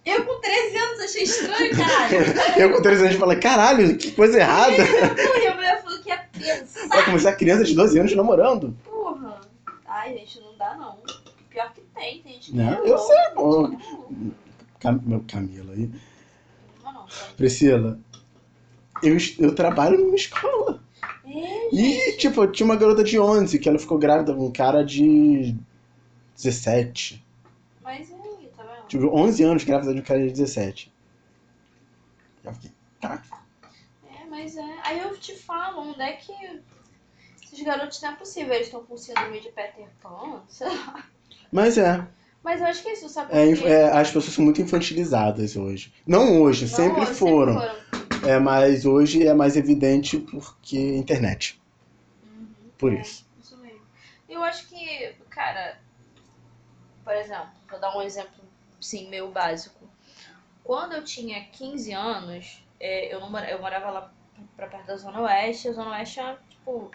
S9: Eu com 13 anos achei estranho, caralho.
S1: Eu com 13 anos falei, caralho, que coisa errada.
S9: Porra, e a mulher falou que é ia pensar,
S1: Vai começar criança de 12 anos namorando.
S9: porra. Ai, gente, não dá não. Pior que tem, tem gente que
S1: Não,
S9: é
S1: eu
S9: louco,
S1: sei,
S9: gente,
S1: pô.
S9: que é louco.
S1: Cam- Meu Camilo aí.
S9: Não, não, gente.
S1: Priscila, eu, es- eu trabalho numa escola.
S9: É,
S1: E, tipo, tinha uma garota de 11 que ela ficou grávida com um cara de 17.
S9: mas é aí, tá vendo?
S1: Tipo, 11 anos grávida de um cara de 17. Eu fiquei, tá.
S9: É, mas é. Aí eu te falo, onde é que esses garotos não é possível, eles estão com síndrome de Peter Pan, sei lá.
S1: Mas é,
S9: Mas eu acho que é isso, sabe?
S1: é,
S9: por
S1: inf-
S9: quê?
S1: é, as pessoas são muito infantilizadas hoje. Não hoje,
S9: Não,
S1: sempre
S9: eles
S1: foram.
S9: Sempre foram.
S1: É, mas hoje é mais evidente porque internet. Por
S9: É.
S1: isso.
S9: Isso mesmo. Eu acho que, cara, por exemplo, vou dar um exemplo, sim, meio básico. Quando eu tinha 15 anos, é, eu, não mora, eu morava lá pra perto da Zona Oeste. A Zona Oeste é, tipo,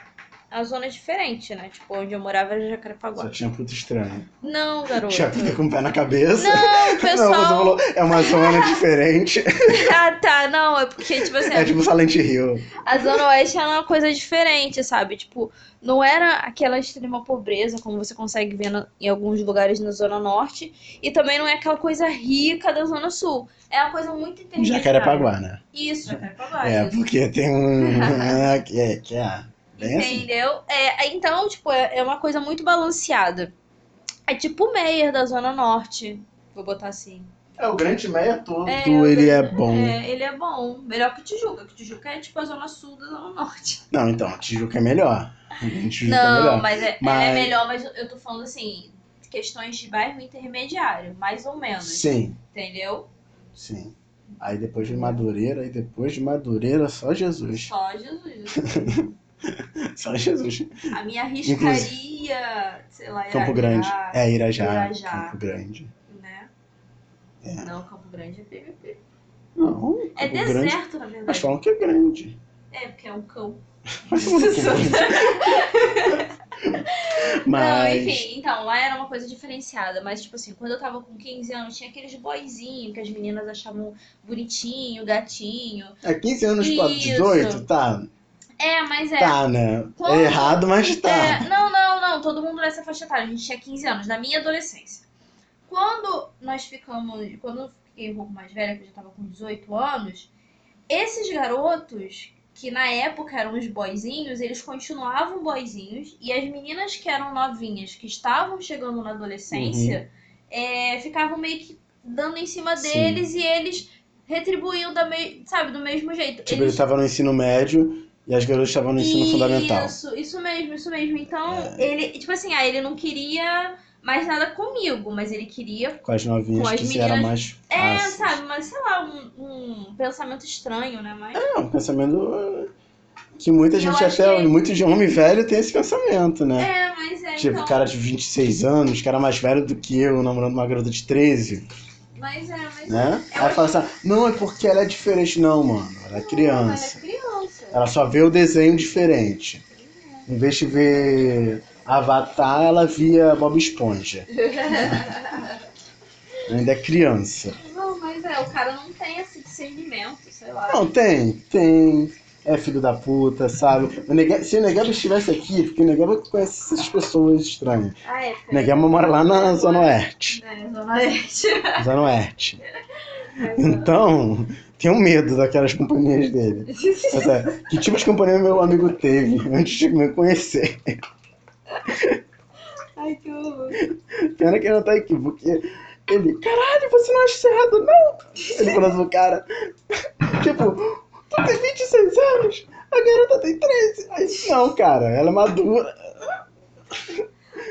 S9: a zona é diferente, né? Tipo, onde eu morava era
S1: Só
S9: Jacarepaguá.
S1: tinha puta estranha.
S9: Não, garoto.
S1: Tinha puta com o pé na cabeça.
S9: Não,
S1: Não, você
S9: pessoal.
S1: falou, é uma zona diferente.
S9: ah, tá. Não, é porque, tipo assim,
S1: É tipo Silent Hill.
S9: A Zona Oeste era uma coisa diferente, sabe? Tipo, não era aquela extrema pobreza, como você consegue ver na- em alguns lugares na Zona Norte, e também não é aquela coisa rica da Zona Sul. É uma coisa muito
S1: Em
S9: intermediária.
S1: Jacarepaguá, né?
S9: Isso, Jacarepaguá,
S1: É,
S9: isso.
S1: porque tem um. é, que é, que é. Bem assim.
S9: Entendeu? É, então, tipo, é, é uma coisa muito balanceada. É tipo o Meyer da Zona Norte. Vou botar assim.
S1: É, o Grande Meia todo,
S9: É, o
S1: ele é
S9: grande-
S1: bom.
S9: É, ele é bom. Melhor que Tijuca, que Tijuca é tipo a Zona Sul da Zona Norte.
S1: Não, então, Tijuca é melhor. Tijuca é
S9: Não,
S1: melhor.
S9: mas é,
S1: Mas-
S9: é melhor, mas eu tô falando assim, questões de bairro intermediário, mais ou menos.
S1: Sim,
S9: Entendeu?
S1: sim. Aí depois de Madureira, aí depois de Madureira, só Jesus.
S9: Só Jesus.
S1: Só Jesus.
S9: A minha arriscaria, sei lá,
S1: Campo
S9: Irajá,
S1: Grande. É, Irajá,
S9: Irajá.
S1: Campo Grande.
S9: né?
S1: É.
S9: Não, Campo Grande é PVP.
S1: Não,
S9: É
S1: Campo Grande.
S9: deserto, na
S1: Mas
S9: verdade.
S1: falam que é grande.
S9: É, porque é um cão.
S1: Mas falam que é grande.
S9: Não,
S1: Mas.
S9: enfim, então, lá era uma coisa diferenciada, mas tipo assim, quando eu tava com 15 anos, tinha aqueles boizinhos que as meninas achavam bonitinho, gatinho.
S1: É 15 anos pra
S9: Isso.
S1: 18? Tá.
S9: É, mas é.
S1: Tá, né?
S9: Quando-
S1: É errado, mas tá.
S9: É, não, não, não. Todo mundo nessa faixa etária. A gente tinha 15 anos, na minha adolescência. Quando nós ficamos. Quando eu fiquei um pouco mais velha, que eu já tava com 18 anos, esses garotos, que na época eram os boizinhos, eles continuavam boizinhos. E as meninas que eram novinhas, que estavam chegando na adolescência, é, ficavam meio que dando em cima
S1: Uhum. Sim.
S9: deles e eles retribuíam da me... sabe, do mesmo jeito.
S1: Tipo, ele
S9: eles
S1: tava no ensino médio e as garotas estavam no ensino fundamental. É.
S9: isso, isso mesmo, isso mesmo. Então, ele, tipo assim, ah, ele não queria mais nada comigo, mas ele queria.
S1: Com as novinhas
S9: Com as
S1: que se era
S9: meninas-
S1: mais
S9: É,
S1: fácil.
S9: sabe, mas sei lá, um, um pensamento estranho, né? Mas.
S1: É um pensamento eh, que muita
S9: Eu
S1: gente,
S9: acho
S1: até
S9: que-
S1: muito de homem velho, tem esse pensamento, né?
S9: É, mas é.
S1: Tipo,
S9: então,
S1: cara de 26 anos, cara mais velho do que eu, namorando uma garota de 13.
S9: Mas é, mas.
S1: né?
S9: Eu
S1: Ela
S9: acho-
S1: fala assim, não, é porque ela é diferente. Não, mano, ela é
S9: Mas é
S1: criança.
S9: criança.
S1: Ela só vê o desenho diferente. Em vez de ver Avatar, ela via Bob Esponja. Ainda é criança.
S9: Não, mas é, o cara não tem esse discernimento, sei lá.
S1: Não, tem, tem. É filho da puta, sabe? O Nega- Se o Negaba estivesse aqui, porque o Negaba conhece essas pessoas estranhas.
S9: Ah, é,
S1: O Negaba mora lá na Zona Oeste.
S9: né? Zona Leste.
S1: Zona Oeste. Então, tenho medo daquelas companhias dele. Mas, é, que tipo de companhia meu amigo teve antes de me conhecer?
S9: Ai, que horror.
S1: Pena que ele não tá aqui, porque ele, caralho, você não acha isso errado, não? Ele falando pro cara, tipo, tu tem 26 anos, a garota tem 13. Aí, não, cara, ela é madura.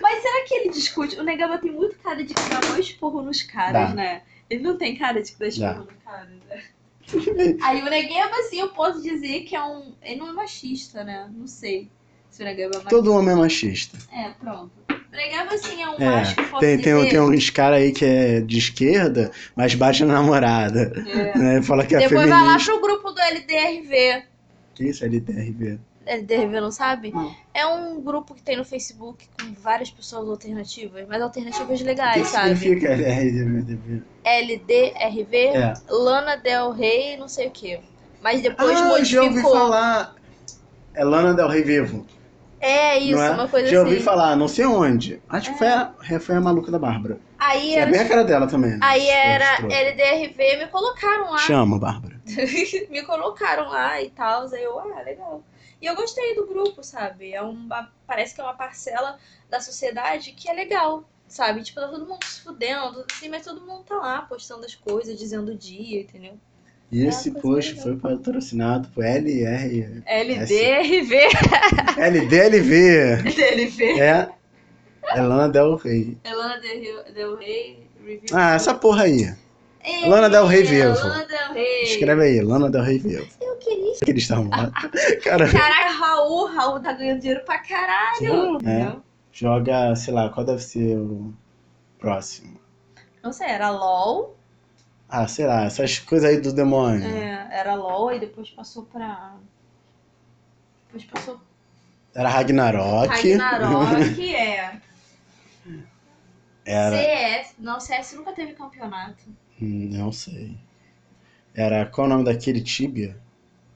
S9: Mas será que ele discute? O Negaba tem muito cara de que dá maior esporro nos caras,
S1: Dá.
S9: né? Ele não tem cara de que dá
S1: Dá.
S9: esporro no cara, né? Aí o Negaba, assim, eu posso dizer que é um. Ele não é machista, né? Não sei se o Negaba é machista.
S1: Todo homem é machista.
S9: É, pronto. O Negaba, assim, é um macho que eu
S1: É,
S9: posso
S1: tem, tem,
S9: dizer.
S1: tem uns caras aí que é de esquerda, mas bate na namorada.
S9: É.
S1: Né? Fala que é
S9: Depois vai lá
S1: feminista.
S9: pro grupo do LDRV.
S1: Que isso, LTRB?
S9: LDRV não sabe? É um grupo que tem no Facebook com várias pessoas alternativas, mas alternativas
S1: O que
S9: legais,
S1: que
S9: sabe?
S1: significa LRDB?
S9: LDRV,
S1: É.
S9: Lana Del Rey, não sei o quê. Mas depois
S1: Ah, já ouvi
S9: modificou.
S1: falar. É Lana Del Rey Vivo.
S9: É isso,
S1: não é?
S9: uma coisa
S1: já
S9: assim.
S1: ouvi falar, não sei onde. Acho que foi a, é, foi a maluca da Bárbara.
S9: Aí
S1: É
S9: era,
S1: bem a cara dela também. né?
S9: aí era
S1: Escrota.
S9: LDRV, me colocaram lá.
S1: Chama, Bárbara.
S9: me colocaram lá e tal. Aí eu, ah, legal. E eu gostei do grupo, sabe? É uma, parece que é uma parcela da sociedade que é legal, sabe? Tipo, tá todo mundo se fudendo, assim, mas todo mundo tá lá postando as coisas, dizendo o dia, entendeu?
S1: E esse
S9: coisa
S1: post
S9: legal.
S1: foi patrocinado por LR.
S9: LDRV.
S1: LDLV.
S9: LDRV.
S1: É. É Lana Del Rey.
S9: Elana Del Rio- Del Rey Review.
S1: Ah, essa porra aí.
S9: Ei,
S1: Lana Del Rey vivo.
S9: É, Lana Del Rey.
S1: Escreve aí, Lana Del Rey Vivo.
S9: Eu queria.
S1: Que eles estavam lá. Cara,
S9: Caraca, Raul, Raul tá ganhando dinheiro pra
S1: É.
S9: caralho. entendeu?
S1: joga, sei lá, qual deve ser o próximo?
S9: Não sei, era LOL.
S1: Ah, sei lá, essas coisas aí do demônio.
S9: É, era LOL e depois passou pra. Depois passou
S1: Era Ragnarok.
S9: pra Ragnarok, é.
S1: Era.
S9: CS. Não, CS nunca teve campeonato.
S1: hum, Não sei. Era. Qual o nome daquele Tibia?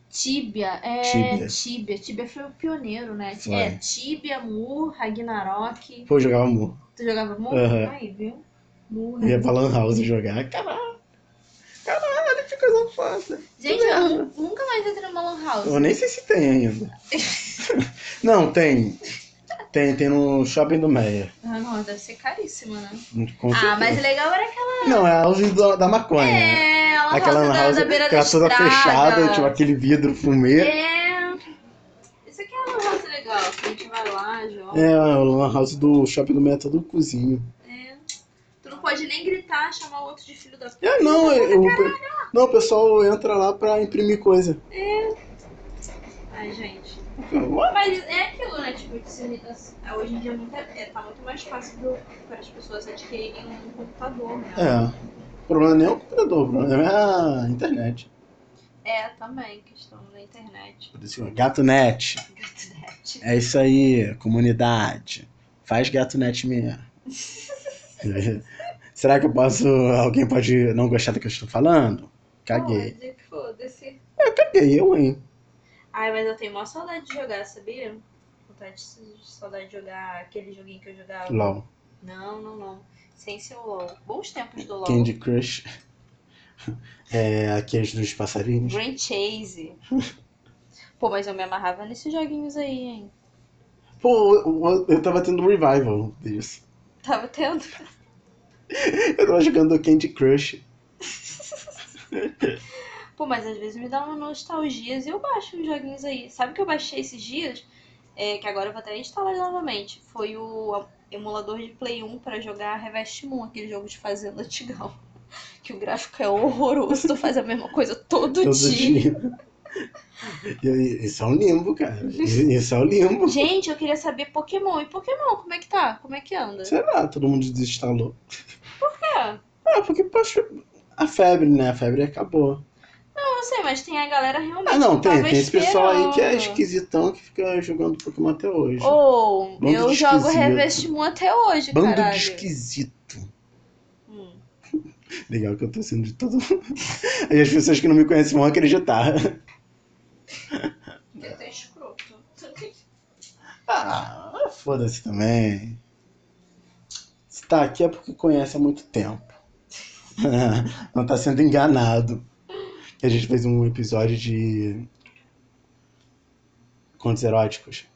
S9: Tibia, é.
S1: Tibia.
S9: Tibia. Tibia, foi o pioneiro, né?
S1: Foi.
S9: É, Tibia, Mu, Ragnarok.
S1: Pô, eu jogava Mu.
S9: Tu jogava Mu?
S1: Aham. é
S9: Aí, viu? Mu, né?
S1: Ia pra
S9: Ragnarok.
S1: Lan House jogar. Caralho. Caralho, que coisa foda.
S9: Gente, eu nu- nunca mais entrei numa Lan House.
S1: Eu nem sei se tem ainda. Não, tem. Tem, tem no shopping do Meia.
S9: Ah, não, deve ser caríssima, né?
S1: Com
S9: Ah,
S1: certeza.
S9: mas o legal era aquela.
S1: Não, é a house do- da maconha.
S9: É, a Lan
S1: Aquela
S9: House
S1: lan
S9: da,
S1: house
S9: da beira
S1: que
S9: da
S1: era toda
S9: estrada.
S1: fechada, tipo aquele vidro fumê.
S9: É. Isso aqui é uma coisa legal, que a gente vai lá, joga.
S1: É, a lan house do shopping do Meia é todo cozinho.
S9: Tu não pode nem gritar, chamar o outro de filho da puta.
S1: É, não, eu, não, o pessoal entra lá pra imprimir coisa.
S9: Ai, gente. Mas é aquilo, né? Tipo, de ser, hoje em dia é muito, é, tá muito mais fácil pro- para as pessoas adquirirem um computador, né?
S1: É. O problema nem é o computador, o problema é a internet.
S9: É, também, questão da internet.
S1: Por isso que eu- GatoNet.
S9: Internet.
S1: É isso aí, comunidade. Faz GatoNet mesmo. Será que eu posso. Alguém pode não gostar do que eu estou falando? Caguei.
S9: Pode, Foda-se.
S1: Caguei eu, hein?
S9: Ai, mas eu tenho maior saudade de jogar, sabia? Vontade de, saudade de jogar aquele joguinho que eu jogava.
S1: LOL.
S9: Não, não, não. Sem ser o LOL. Bons tempos do LOL.
S1: Candy Crush. É, aqueles dos passarinhos.
S9: Grand Chase. Pô, mas eu me amarrava nesses joguinhos aí, hein?
S1: Pô, eu- eu tava tendo um revival disso.
S9: Tava tendo.
S1: Eu tava jogando Candy Crush.
S9: Pô, mas às vezes me dá uma nostalgia e eu baixo uns joguinhos aí. Sabe o que eu baixei esses dias? É, que agora eu vou até instalar novamente. Foi o emulador de Play 1 pra jogar Revest Moon, aquele jogo de fazenda antigão. Que o gráfico é horroroso, tu faz a mesma coisa todo,
S1: Todo
S9: dia.
S1: dia. E- Isso é um limbo, cara. Isso é um limbo.
S9: Gente, eu queria saber Pokémon. E Pokémon, como é que tá? Como é que anda?
S1: Sei lá, todo mundo desinstalou.
S9: É,
S1: Ah, porque, poxa, a febre, né? A febre acabou.
S9: Não, eu sei, mas tem a galera realmente.
S1: Ah, não,
S9: que tava
S1: tem. Tem esse pessoal aí que é
S9: esperando.
S1: esquisitão que fica jogando Pokémon até hoje.
S9: Ou
S1: Bando
S9: eu
S1: de
S9: jogo
S1: esquisito.
S9: revestimento até hoje,
S1: Bando de
S9: caralho.
S1: esquisito.
S9: Hum.
S1: Legal que eu tô sendo de todo mundo. Aí as pessoas que não me conhecem vão acreditar.
S9: Porque tu é escroto.
S1: Ah, foda-se também. Se tá aqui é porque conhece há muito tempo. Não tá sendo enganado. A gente fez um episódio de contos eróticos.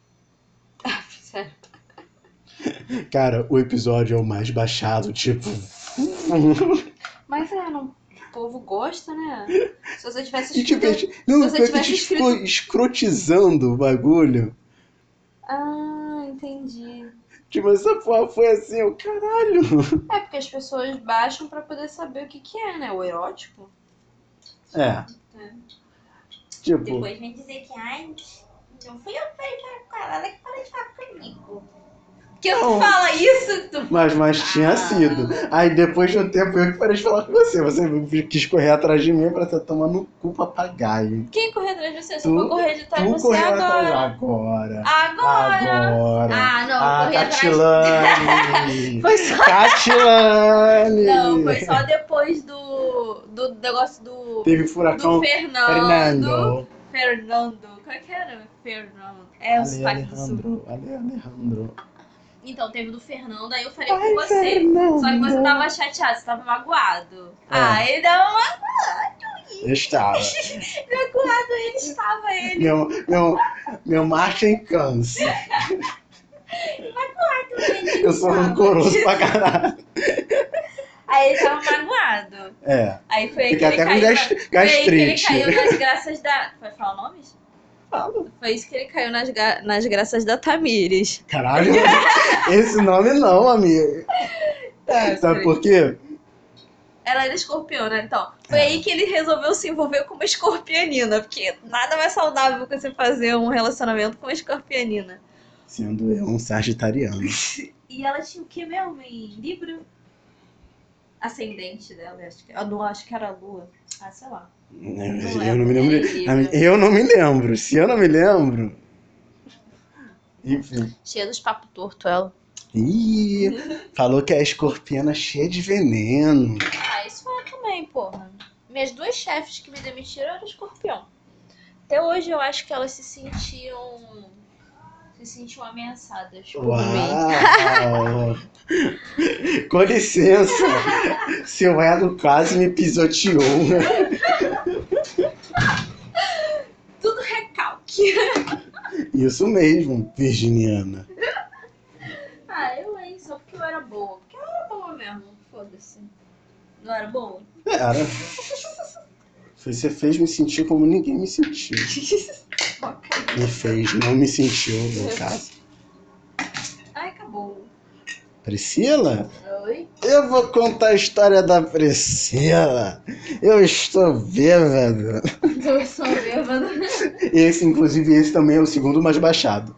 S9: Sério.
S1: Cara, o episódio é o mais baixado, tipo.
S9: Mas é, não, o povo gosta, né? Se você tivesse
S1: E tipo, a
S9: escrito.
S1: gente- não,
S9: Se você
S1: pior que a
S9: tivesse
S1: gente ficou escrotizando o bagulho.
S9: Ah, entendi.
S1: Tipo, essa porra foi assim, eu, caralho.
S9: É porque as pessoas baixam pra poder saber o que que é, né? O erótico.
S1: É. Tipo,
S9: Depois vem dizer que, ai, não fui eu que falei que era com ela, ela que parou de falar comigo. Que tu
S1: Não.
S9: fala isso, tu...
S1: mas, mas
S9: Ah.
S1: tinha sido. Aí depois de um tempo eu que parei de falar com você. Você quis correr atrás de mim pra você tomar no cu papagaio.
S9: Quem correu atrás de você? Se
S1: Tu-
S9: eu for correr de trás de
S1: Tu
S9: você
S1: correu atrás
S9: Tá agora.
S1: agora.
S9: Agora!
S1: Agora.
S9: Ah, não,
S1: Ah,
S9: corri atrás.
S1: Catilane.
S9: Foi só...
S1: Catilane.
S9: Não, foi só depois do, do negócio do,
S1: Teve
S9: do
S1: furacão
S9: Fernando.
S1: Fernando.
S9: Fernando. Como é que era? Fernando. É o
S1: Ale
S9: sotaque do sul.
S1: Alejandro. Ale Alejandro.
S9: Então, teve do Fernando, aí eu falei com você.
S1: Fernando.
S9: Só que você tá- tava chateado, você tava magoado.
S1: É.
S9: Ah, ele tava magoado.
S1: Estava.
S9: Magoado ele estava, ele.
S1: Meu, meu, meu macho em câncer.
S9: ele
S1: Eu sou
S9: estava.
S1: rancoroso pra caralho.
S9: Aí ele tava magoado.
S1: É.
S9: Aí foi aí que
S1: Fiquei
S9: ele
S1: até com
S9: caiu. na-
S1: gast-
S9: Foi aí que ele
S1: gastrite.
S9: caiu nas graças da. Vai falar nomes?
S1: Fala.
S9: Foi isso que ele caiu nas, ga- nas graças da Tamires.
S1: Caralho. Esse nome não, amigo.
S9: É,
S1: Sabe por quê?
S9: Ela era escorpião, né? Então,
S1: É.
S9: foi aí que ele resolveu se envolver com uma escorpianina. Porque nada mais saudável que você fazer um relacionamento com uma escorpianina.
S1: Sendo eu um sagitariano.
S9: É E ela tinha o que mesmo em Libra? Ascendente dela, acho que. Eu não acho que era a Lua. Ah, sei lá.
S1: Eu não me lembro.
S9: é
S1: Eu não me lembro. Se eu não me lembro. Enfim.
S9: Cheia dos papos torto ela.
S1: Ih, falou que é a escorpiana cheia de veneno.
S9: Ah, isso foi também, porra. Minhas duas chefes que me demitiram eram escorpião. Até hoje eu acho que elas se sentiam. se sentiam ameaçadas por mim.
S1: Uau! Com licença, seu ego quase me pisoteou.
S9: Tudo recalque.
S1: Isso mesmo, Virginiana.
S9: Ah, eu hein, só porque eu era boa. Porque eu era boa mesmo, foda-se. Não era boa?
S1: Cara, você fez me sentir como ninguém me sentiu. Me fez, não me sentiu, no caso.
S9: Ai, acabou.
S1: Priscila?
S9: Oi?
S1: Eu vou contar a história da Priscila. Eu estou bêbado.
S9: Eu sou bêbada.
S1: Esse, inclusive, esse também é o segundo mais baixado.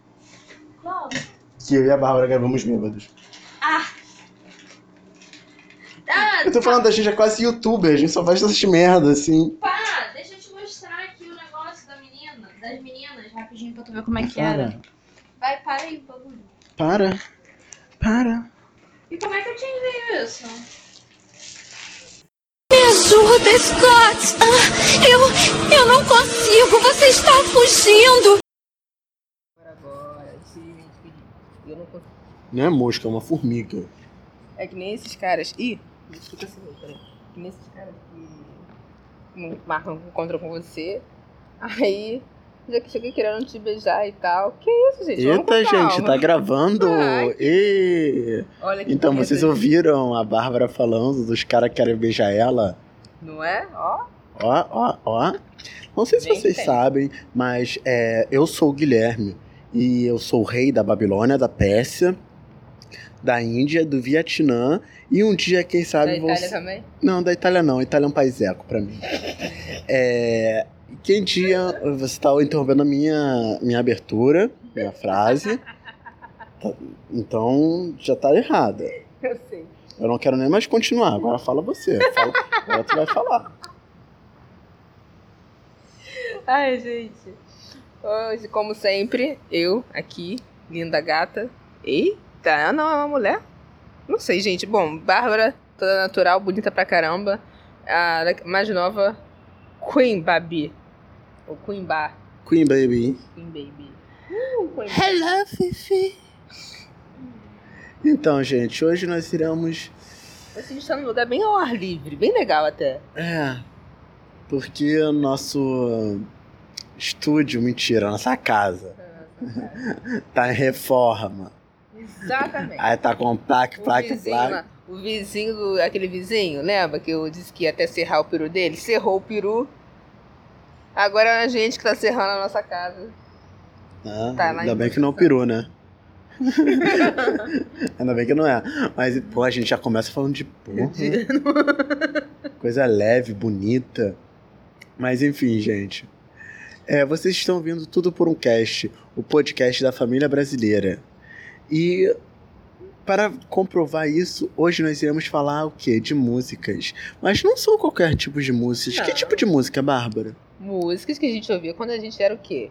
S9: Qual?
S1: Que eu e a Bárbara gravamos bêbados.
S9: Ah, Tá,
S1: Eu
S3: tá.
S1: tô falando da gente é quase youtuber, a gente só faz essas merda, assim.
S9: pá, deixa eu te mostrar aqui o negócio da menina, das meninas, rapidinho pra tu ver como é que era. Vai, para aí, bagulho.
S1: Para. Para.
S9: E como é que eu te envio isso?
S10: Me ajuda, Scott! Ah, eu, eu não consigo! Você está fugindo!
S3: Eu não consigo.
S1: Não é mosca, é uma formiga.
S3: É que nem esses caras. Ih, desculpa esse ruim, peraí. Que nem esses caras que me marcam um encontro com você. Aí, já que chega querendo te beijar e tal. Que isso, gente? Vamos com
S1: Eita, gente,
S3: calma.
S1: tá gravando!
S3: Ai.
S1: Ê!
S3: Olha que
S1: Então,
S3: bonito,
S1: vocês ouviram a Bárbara falando dos caras que querem beijar ela?
S3: Não é?
S1: Tá
S3: Ó.
S1: Ó, ó, ó. Não sei se
S3: Bem
S1: vocês
S3: feito.
S1: sabem, mas é, eu sou o Guilherme. E eu sou o rei da Babilônia, da Pérsia, da Índia, do Vietnã. E um dia, quem
S3: Da
S1: sabe,
S3: Itália
S1: você.
S3: também?
S1: Não, da Itália não. A Itália é um país eco pra mim. É, quem dia você tá interrompendo a minha, minha abertura, minha frase. Tá- Então já tá errada.
S3: Eu sei.
S1: Eu não quero nem mais continuar. Agora fala você. Fala, agora tu vai falar.
S3: Ai, gente. Hoje, como sempre, eu aqui, linda gata. Eita, não é uma mulher? Não sei, gente. Bom, Bárbara, toda natural, bonita pra caramba. A mais nova, Queen Babi. Ou Queen Ba.
S1: Queen Baby.
S3: Queen Baby.
S1: Hello, Fifi. Então, gente, hoje nós iremos.
S3: Mas a gente tá num lugar bem ao ar livre, bem legal até.
S1: É. Porque o nosso estúdio, mentira, nossa casa, tá em reforma.
S3: Exatamente.
S1: Aí tá com placa,
S3: O
S1: placa,
S3: vizinho
S1: placa.
S3: lá, o vizinho, do- aquele vizinho, lembra que eu disse que ia até serrar o peru dele? Serrou o peru. Agora é a gente que tá serrando a nossa casa.
S1: Né?
S3: Tá lá
S1: Ainda
S3: em
S1: bem que não é o peru, né? Ainda bem que não é. Mas, pô, a gente já começa falando de porra. Coisa leve, bonita. Mas enfim, gente. É, vocês estão ouvindo tudo por um cast, o podcast da família brasileira. E para comprovar isso, hoje nós iremos falar o quê? De músicas. Mas não são qualquer tipo de músicas. Que
S3: Não.
S1: tipo de música, Bárbara?
S3: Músicas que a gente ouvia quando a gente era o quê?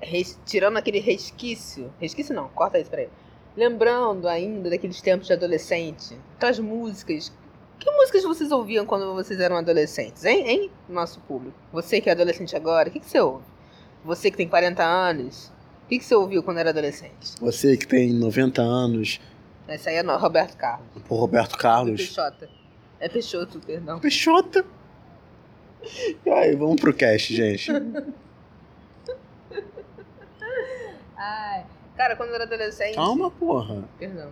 S3: Res- tirando aquele resquício. Resquício não, corta isso, peraí. Lembrando ainda daqueles tempos de adolescente. Aquelas músicas. Que músicas vocês ouviam quando vocês eram adolescentes, hein? Hein? Nosso público. Você que é adolescente agora, o que, que você ouve? Você que tem 40 anos, o que, que você ouviu quando era adolescente?
S1: Você que tem 90 anos,
S3: Essa aí é no- Roberto Carlos.
S1: o Roberto Carlos.
S3: Peixota. É Peixoto, perdão.
S1: Peixota. E aí, vamos pro cast, gente.
S3: Ai. Cara, quando eu era adolescente.
S1: Calma, porra.
S3: Perdão.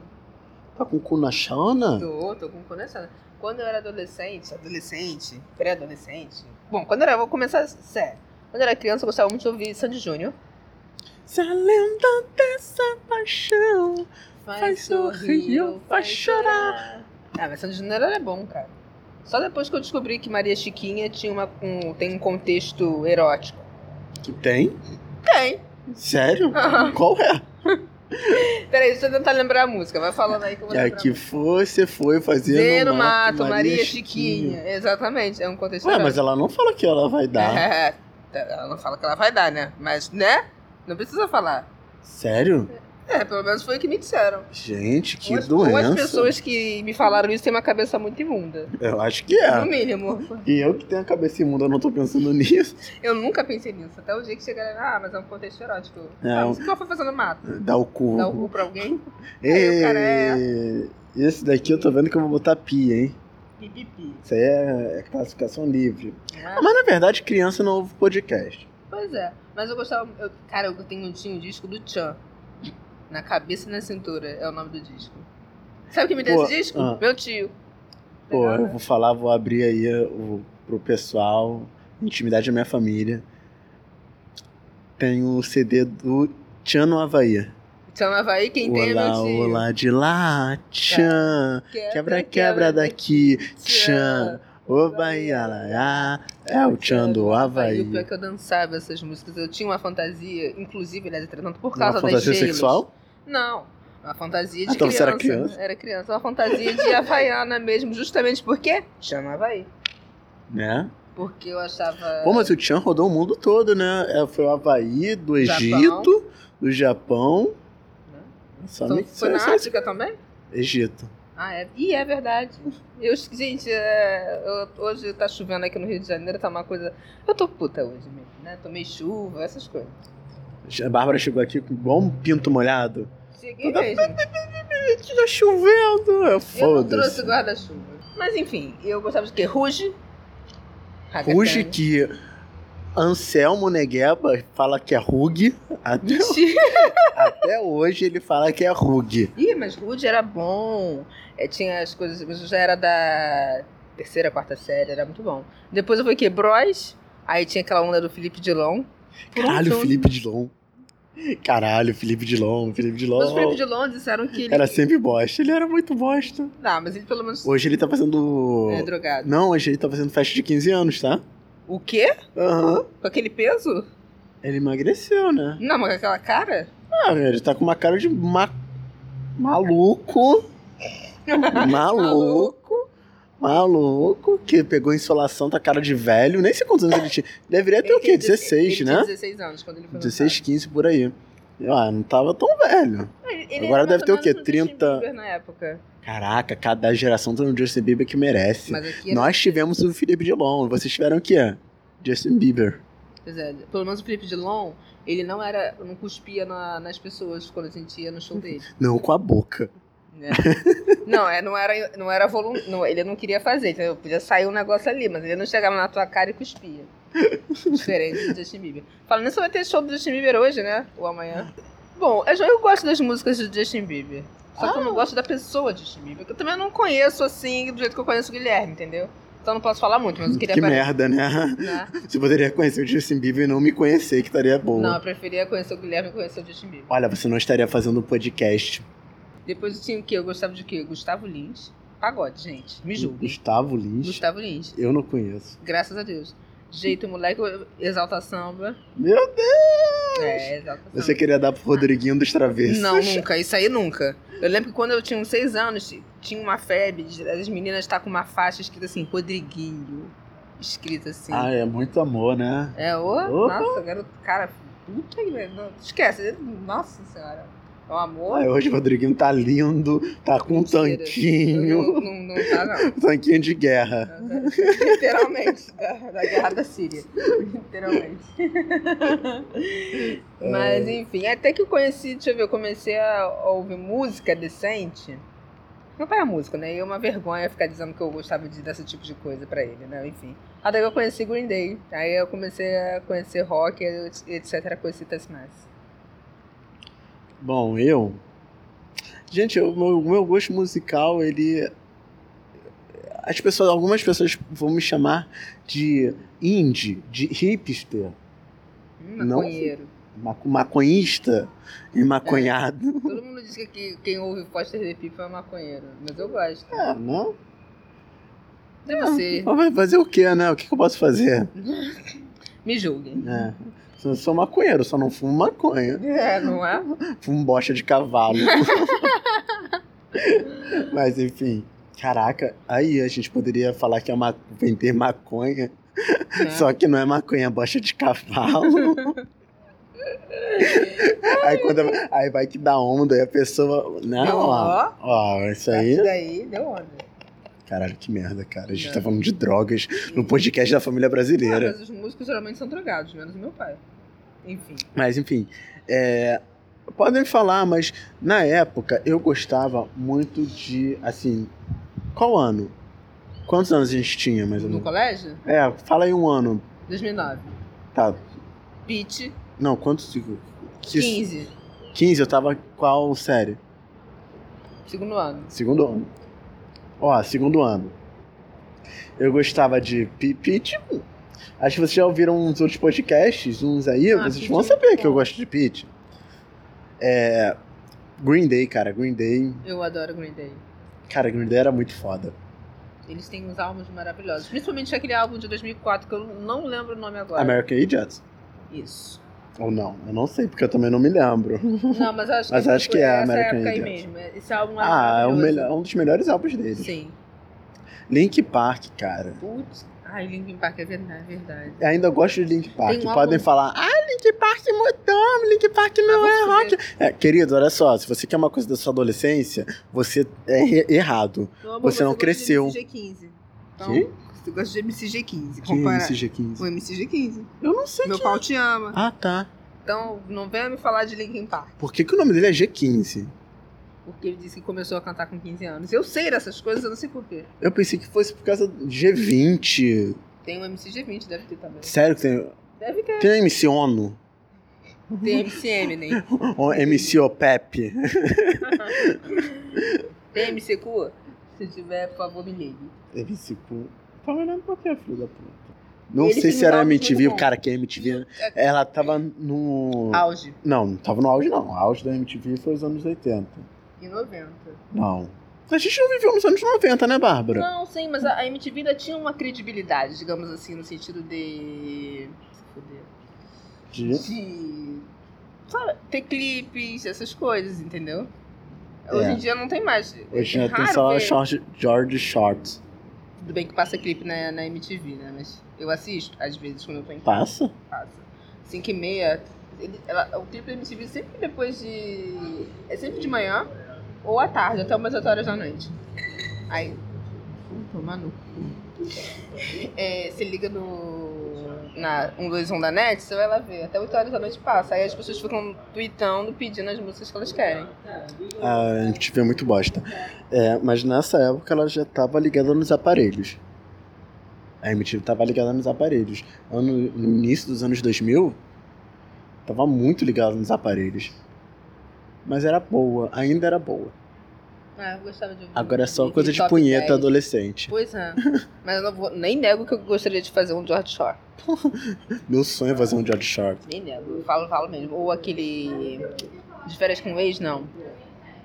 S1: Tá com o cu na chana?
S3: Tô, tô com conexão. Quando eu era adolescente, adolescente, pré-adolescente. Bom, quando eu era, vou começar sério. Quando eu era criança, eu gostava muito de ouvir Sandy Júnior.
S1: Se a lenda dessa paixão. Faz sorrir, faz
S3: chorar. Ah, mas Sandy Júnior era bom, cara. Só depois que eu descobri que Maria Chiquinha tinha uma, um- tem um contexto erótico.
S1: Que tem?
S3: Tem.
S1: Sério? Qual é?
S3: Peraí, deixa eu tentar lembrar a música. Vai falando aí que eu vou
S1: É
S3: lembrar.
S1: que você foi fazer
S3: Zé
S1: no
S3: no mato, Maria, Chiquinha. Exatamente, é um contexto
S1: Ué,
S3: erótico.
S1: mas ela não fala que ela vai dar.
S3: É, ela não fala que ela vai dar, né? Mas, né? Não precisa falar.
S1: Sério?
S3: É, pelo menos foi o que me disseram.
S1: Gente, que
S3: Ou as- ou as
S1: doença.
S3: pessoas que me falaram isso têm uma cabeça muito imunda.
S1: Eu acho que é.
S3: No mínimo.
S1: E eu que tenho a cabeça imunda, eu não tô pensando nisso.
S3: Eu nunca pensei nisso. Até o dia que chegaram, ah, mas é um contexto erótico.
S1: É,
S3: ah,
S1: um-
S3: mas o que ela foi fazendo mato?
S1: Dá o cu.
S3: Dar o cu pra alguém? Aí o cara é-
S1: Ei, esse daqui eu tô vendo que eu vou botar pia, hein?
S3: Pipipi.
S1: Isso aí é, é classificação livre.
S3: Ah,
S1: Mas na verdade, criança não ouve podcast.
S3: Pois é. Mas eu gostava. eu- cara, eu tenho tinha um disco do Chan. Na cabeça e na cintura é o nome do disco. Sabe quem me deu
S1: Pô,
S3: esse disco?
S1: ah.
S3: Meu tio.
S1: Pô,
S3: Legal,
S1: eu
S3: né?
S1: vou falar, vou abrir aí eh, o, pro pessoal, intimidade da minha família. Tem o CD do Tchan no Havaí.
S3: Tchan no Havaí, Então quem tem é meu
S1: Olá,
S3: tio.
S1: olá de lá, Tchan. Quebra, quebra daqui, Tchan. Ô Bahia, lá, lá, é o Tchan do
S3: Aí
S1: Havaí.
S3: o pior é que eu dançava essas músicas. Eu tinha uma fantasia, inclusive, aliás, entretanto, por
S1: Uma
S3: causa das
S1: fantasia
S3: gelas.
S1: sexual?
S3: Não. Uma fantasia de
S1: Ah, então
S3: criança. né?
S1: você era criança?
S3: Era criança. Uma fantasia de havaiana mesmo, justamente porque Tchan Havaí.
S1: Né?
S3: Porque eu achava.
S1: Pô, mas o Tchan rodou o mundo todo, né? É, Foi o Havaí, do
S3: Japão.
S1: Egito, do Japão. Só
S3: Então,
S1: me-
S3: foi
S1: só- só-
S3: na África também?
S1: Egito.
S3: Ah, é. E é verdade. Eu, gente, é, eu- hoje tá chovendo aqui no Rio de Janeiro, tá uma coisa. Eu tô puta hoje mesmo, né? Tomei chuva, essas coisas.
S1: A Bárbara chegou aqui com igual um pinto molhado.
S3: Cheguei mesmo.
S1: Gente, tá chovendo! É,
S3: Eu não trouxe
S1: Foda-se.
S3: guarda-chuva. Mas enfim, eu gostava de quê? Ruge. Ragatanga.
S1: Ruge que Anselmo Negueba fala que é Rug. Até,
S3: Mentira.
S1: até hoje ele fala que é Rug.
S3: Ih, mas Ruge era bom. É, tinha as coisas, mas eu já era da terceira, quarta série, era muito bom. Depois eu fui o quê? Bros. Aí tinha aquela onda do Felipe Dilon. Por um
S1: Caralho,
S3: segundo-
S1: Felipe Dilon. Caralho, Felipe Dilon, Felipe
S3: Mas o Felipe
S1: Dilon.
S3: Dilon disseram que ele.
S1: Era sempre bosta. Ele era muito bosta.
S3: Não, mas ele pelo menos
S1: Hoje ele tá fazendo.
S3: é drogado.
S1: Não, hoje ele tá fazendo festa de 15 anos, tá?
S3: O quê?
S1: Aham.
S3: Com aquele peso?
S1: Ele emagreceu, né?
S3: Não, mas com aquela cara?
S1: Ah, ele tá com uma cara de ma- maluco.
S3: Maluco.
S1: Maluco. Maluco, que pegou insolação, tá cara de velho. Nem sei quantos anos ele tinha. Deveria ter o quê? 16,
S3: ele
S1: né?
S3: tinha 16 anos quando tá. ele foi
S1: 16, 15 por aí. Ah, não tava tão velho.
S3: lançado. Ele-
S1: Agora
S3: ele era mais
S1: deve ter
S3: ou
S1: o quê?
S3: menos do Justin
S1: 30?
S3: Bieber na época.
S1: Caraca, cada geração tá no Justin Bieber que merece.
S3: Mas aqui é era-
S1: Nós tivemos o Felipe Dilon, vocês tiveram o quê? Justin Bieber.
S3: Pois é, pelo menos o Felipe Dilon, ele não era. não cuspia na- nas pessoas quando a gente ia no show dele.
S1: Não com a boca.
S3: né? não, é, não era, não era volun... não, ele não queria fazer, entendeu? Podia sair um negócio ali, mas ele não chegava na tua cara e cuspia. Diferente do Justin Bieber. Falando nisso, vai ter show do Justin Bieber hoje, né? Ou amanhã. Bom, eu, já- eu gosto das músicas do Justin Bieber. Só que eu
S1: Ah.
S3: não gosto da pessoa de Justin Bieber. que Eu também não conheço assim, do jeito que eu conheço o Guilherme, entendeu? Então não posso falar muito, mas eu queria
S1: que
S3: pare-
S1: merda, né?
S3: né?
S1: Você poderia conhecer o Justin Bieber e não me conhecer, que estaria bom.
S3: Não, eu preferia conhecer o Guilherme e conhecer o Justin Bieber.
S1: Olha, você não estaria fazendo um podcast.
S3: Depois eu tinha o quê? Eu gostava de quê? Gustavo Lins. Pagode, gente. Me julguem.
S1: Gustavo Lins.
S3: Gustavo Lins.
S1: Eu não conheço.
S3: Graças a Deus. Jeito moleque, exalta samba.
S1: Meu Deus!
S3: É, exalta samba.
S1: Você queria dar pro Rodriguinho dos Travessos.
S3: Não, nunca. Isso aí nunca. Eu lembro que quando eu tinha uns seis anos, tinha uma febre. de- As meninas estar com uma faixa escrita assim, Rodriguinho. Escrita assim.
S1: Ah, é muito amor, né?
S3: É, ô,
S1: Opa.
S3: nossa, garoto, cara, puta que merda. não, Esquece, nossa senhora. É um amor.
S1: Ah, hoje o Rodriguinho tá lindo, tá com um
S3: Mentira.
S1: tanquinho. Um
S3: Não, não, não tá, não.
S1: Tanquinho de guerra.
S3: Literalmente, da, da guerra da Síria. Literalmente. Mas enfim, até que eu conheci, deixa eu ver, eu comecei a ouvir música decente. Meu pai é músico, né? E é uma vergonha ficar dizendo que eu gostava de, desse tipo de coisa pra ele, né? Enfim. Até que eu conheci Green Day. Aí eu comecei a conhecer rock, etc. Conheci Tessmass.
S1: Bom, eu. Gente, o meu, o meu gosto musical, ele. As pessoas, algumas pessoas vão me chamar de indie, de hipster,
S3: Hum,
S1: Não.
S3: maconheiro.
S1: ma- maconhista e maconhado.
S3: Todo mundo diz que- que quem ouve Foster the People é maconheiro. Mas eu gosto. Então, assim,
S1: Ah, não?
S3: E você?
S1: Ah, Mas vai fazer o quê, né? O que, que eu posso fazer?
S3: Me julguem.
S1: É. Eu sou maconheiro, só não fumo maconha.
S3: É, não é?
S1: Fumo um bocha de cavalo. Mas enfim. Caraca, aí a gente poderia falar que é ma vender maconha.
S3: Né?
S1: Só que não é maconha, é bocha de cavalo. aí, quando, aí vai que dá onda e a pessoa. Não, ó. Ó, isso
S3: Isso
S1: aí.
S3: daí deu onda.
S1: Caralho, que merda, cara. A gente
S3: Não.
S1: tá falando de drogas no podcast da família
S3: Ah,
S1: brasileira.
S3: mas os músicos geralmente são drogados, menos o meu pai. Enfim.
S1: Mas enfim, é, podem falar, mas na época eu gostava muito de, assim, qual ano? Quantos anos a gente tinha, mais ou
S3: No
S1: menos?
S3: colégio?
S1: É, fala aí um ano.
S3: 2009.
S1: Tá,
S3: Pete,
S1: não, quantos? Que,
S3: 15.
S1: 15, eu tava qual série?
S3: Segundo ano.
S1: Segundo ano. Ó, segundo ano. Eu gostava de Pi- Pete. Acho que vocês já ouviram uns outros podcasts, uns aí,
S3: Ah,
S1: vocês
S3: Pete
S1: vão
S3: é
S1: saber
S3: muito
S1: que eu
S3: bom.
S1: gosto de Pete. É, Green Day, cara, Green Day.
S3: Eu adoro Green Day.
S1: Cara, Green Day era muito foda.
S3: Eles têm uns álbuns maravilhosos. Principalmente aquele álbum de 2004 que eu não lembro o nome agora.
S1: American Idiots?
S3: Isso.
S1: Ou não? Eu não sei, porque eu também não me lembro.
S3: Não, mas acho que,
S1: Mas acho
S3: foi
S1: que é
S3: essa
S1: American
S3: época aí
S1: Idiot.
S3: mesmo. Esse álbum era
S1: Ah, é um,
S3: maravilhoso.
S1: melhor- um dos melhores álbuns dele.
S3: Sim.
S1: Link Park, cara.
S3: Putz. Ai, Linkin Park é verdade, é verdade.
S1: Ainda gosto de Link Park.
S3: Tem um
S1: Podem
S3: álbum-
S1: falar, ah, Link Park mudou, Link Park não é
S3: Ah, você-
S1: rock. É, querido, olha só, se você quer uma coisa da sua adolescência, você é er- errado.
S3: Meu amor,
S1: Você não
S3: gosta de
S1: cresceu.
S3: MCG15. Então,
S1: Quê?
S3: você gosta de MCG15.
S1: Quem é
S3: Compara... O
S1: MCG15?
S3: MCG15.
S1: Eu não sei
S3: Meu
S1: quem
S3: pau te ama.
S1: Ah, tá.
S3: Então, não venha me falar de Linkin Park.
S1: Por que, que o nome dele é G15?
S3: Porque ele disse que começou a cantar com 15 anos. Eu sei dessas coisas, eu não sei porquê.
S1: Eu pensei que fosse por causa do G20.
S3: Tem um o MCG20, deve ter também.
S1: Sério que tem.
S3: Deve ter.
S1: Tem MC ONU?
S3: Tem MC Eminem.
S1: Ou MC OPEP?
S3: Tem MC Cua. Se tiver, por favor, me ligue.
S1: Deve ser com. Tá olhando pra quê, filho da puta? Não
S3: Ele
S1: sei
S3: fez
S1: se era
S3: um álbum muito
S1: MTV,
S3: bom.
S1: o cara que é MTV. né? Ela tava no.
S3: Auge.
S1: Não, não tava no auge, não. O auge da MTV foi os anos 80.
S3: E 90.
S1: Não. A gente não viveu nos anos 90, né, Bárbara?
S3: Não, sim, mas a a MTV ainda tinha uma credibilidade, digamos assim, no sentido de. Se fuder.
S1: De-
S3: De. Sabe, ter clipes, essas coisas, entendeu? Hoje
S1: É.
S3: em dia não tem mais.
S1: Hoje já tem
S3: Raro
S1: só
S3: ver.
S1: George, George Short.
S3: Tudo bem que passa clipe na, na MTV, né? Mas eu assisto, às vezes, quando eu tô em casa.
S1: Passa?
S3: Passa. 5 e meia. Ele, ela, o clipe da MTV sempre depois de. É sempre de manhã ou à tarde, até umas 8 horas da noite. Aí. Vou tomar no cu. É, se liga no. Na 121 da net, você vai lá ver. Até 8 horas da noite passa. Aí as pessoas ficam tweetando, pedindo as músicas que elas querem.
S1: A MTV é muito bosta. É, mas nessa época ela já tava ligada nos aparelhos. A MTV tava ligada nos aparelhos. Ano, no início dos anos 2000, tava muito ligada nos aparelhos. Mas era boa, ainda era boa.
S3: Ah, eu gostava de ouvir.
S1: Agora é só
S3: Aquele
S1: coisa de
S3: top
S1: punheta
S3: 10.
S1: adolescente.
S3: Pois é. Mas eu não vou, nem nego que eu gostaria de fazer um George Shore.
S1: Meu sonho é fazer um George Sharp.
S3: Nem nego. é, Eu falo, falo mesmo. Ou aquele. De férias com o ex, não.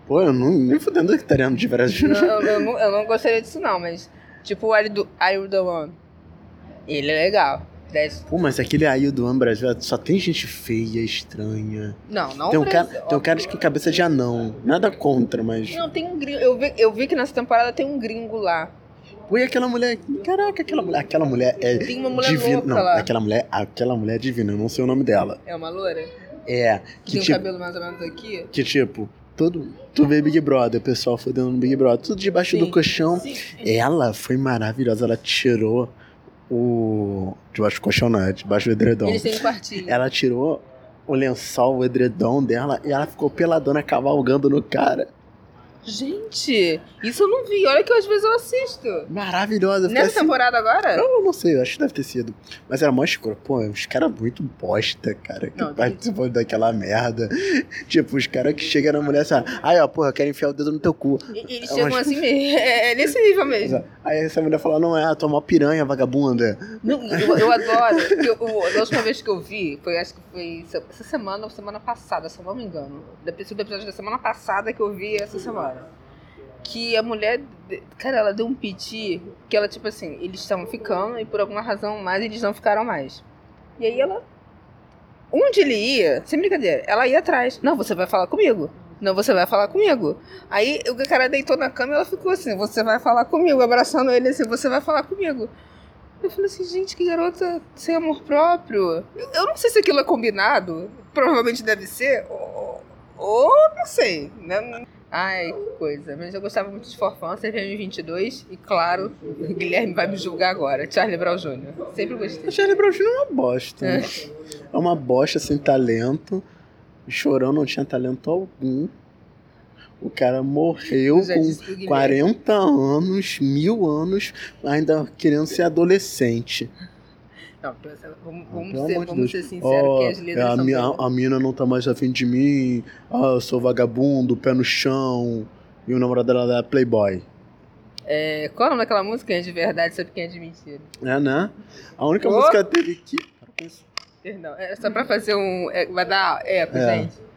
S1: Pô, eu não, nem fudendo que estaria no de Brasil.
S3: não eu, eu não eu não gostaria disso, não, mas. Tipo o Are do Are You the One. Ele é legal. Dez-
S1: Pô, mas aquele aí do Ano Brasil só tem gente feia, estranha.
S3: Não, não
S1: tem um
S3: por
S1: cara,
S3: isso,
S1: Tem um
S3: ó.
S1: cara de cabeça de anão. Nada contra, mas.
S3: Não, tem um gringo. Eu vi, eu vi que nessa temporada tem um gringo lá.
S1: Pô, e aquela mulher. Caraca, aquela mulher. Aquela mulher é.
S3: Tem uma mulher
S1: divina.
S3: louca
S1: não,
S3: lá.
S1: aquela mulher. Aquela mulher é divina, eu não sei o nome dela.
S3: É uma loura?
S1: É.
S3: Que
S1: Que
S3: tem o
S1: tipo.
S3: cabelo mais ou menos aqui?
S1: Que tipo. Todo, tu vê Big Brother, o pessoal fodendo no Big Brother, tudo debaixo do colchão. Ela foi maravilhosa, ela tirou o. Debaixo do colchão, não, é debaixo do edredom.
S3: Eles têm um quartinho.
S1: Ela tirou o lençol, o edredom dela, e ela ficou peladona cavalgando no cara.
S3: Gente, isso eu não vi. Olha que às vezes eu assisto.
S1: Maravilhosa. eu fiquei
S3: Nessa
S1: assim,
S3: temporada agora?
S1: Não, eu não sei, eu acho que deve ter sido. Mas era mó escuro. Pô, uns caras muito bosta, cara, que
S3: Não,
S1: participou daquela merda. tipo, os caras que chegam na mulher e falam, ai, ó, porra, eu quero enfiar o dedo no teu cu.
S3: E- Eles
S1: Eu
S3: chegam
S1: acho-
S3: assim mesmo. É, é nesse nível mesmo.
S1: Aí essa mulher fala, não, é, a tua mó piranha, vagabunda.
S3: Não, eu, eu adoro. porque eu- a última vez que eu vi, foi acho que foi se- essa semana ou semana passada, se eu não me engano. Da do episódio da semana passada que eu vi essa semana. Que a mulher, de- cara, ela deu um piti que ela, tipo assim, eles estavam ficando e por alguma razão mais eles não ficaram mais. E aí ela. Onde ele ia, sem brincadeira, ela ia atrás. Não, você vai falar comigo. Não, você vai falar comigo. Aí o cara deitou na cama e ela ficou assim: você vai falar comigo, abraçando ele assim: você vai falar comigo. Eu falei assim, gente, que garota sem amor próprio. Eu, eu não sei se aquilo é combinado. Provavelmente deve ser. Ou, ou não sei. né? Ai, que coisa. Mas eu gostava muito de Forfã, CPM22. E claro, o Guilherme vai me julgar agora. Charlie Brown Jr. Sempre gostei.
S1: A Charlie Brown Jr. é uma bosta.
S3: É.
S1: né? É uma bosta sem talento. O Chorão não tinha talento algum. O cara morreu
S3: Eu já disse
S1: com
S3: pro Guilherme.
S1: 40 anos, mil anos, ainda querendo ser adolescente.
S3: Não, pensa- vamos, vamos
S1: Ah, Pelo
S3: ser,
S1: amor de
S3: vamos ser
S1: Deus.
S3: sinceros
S1: Ó, é,
S3: que as letras
S1: a,
S3: são
S1: minha,
S3: bem-
S1: a mina não tá mais afim de mim. Ah, eu sou vagabundo, pé no chão. E o namorado dela é Playboy.
S3: É, qual é o nome daquela música? Quem é de verdade, sabe quem é de mentira.
S1: É, né? A única
S3: Ô.
S1: música dele que.
S3: Perdão. É só pra fazer um... É, vai dar eco,
S1: Hum. É.
S3: gente.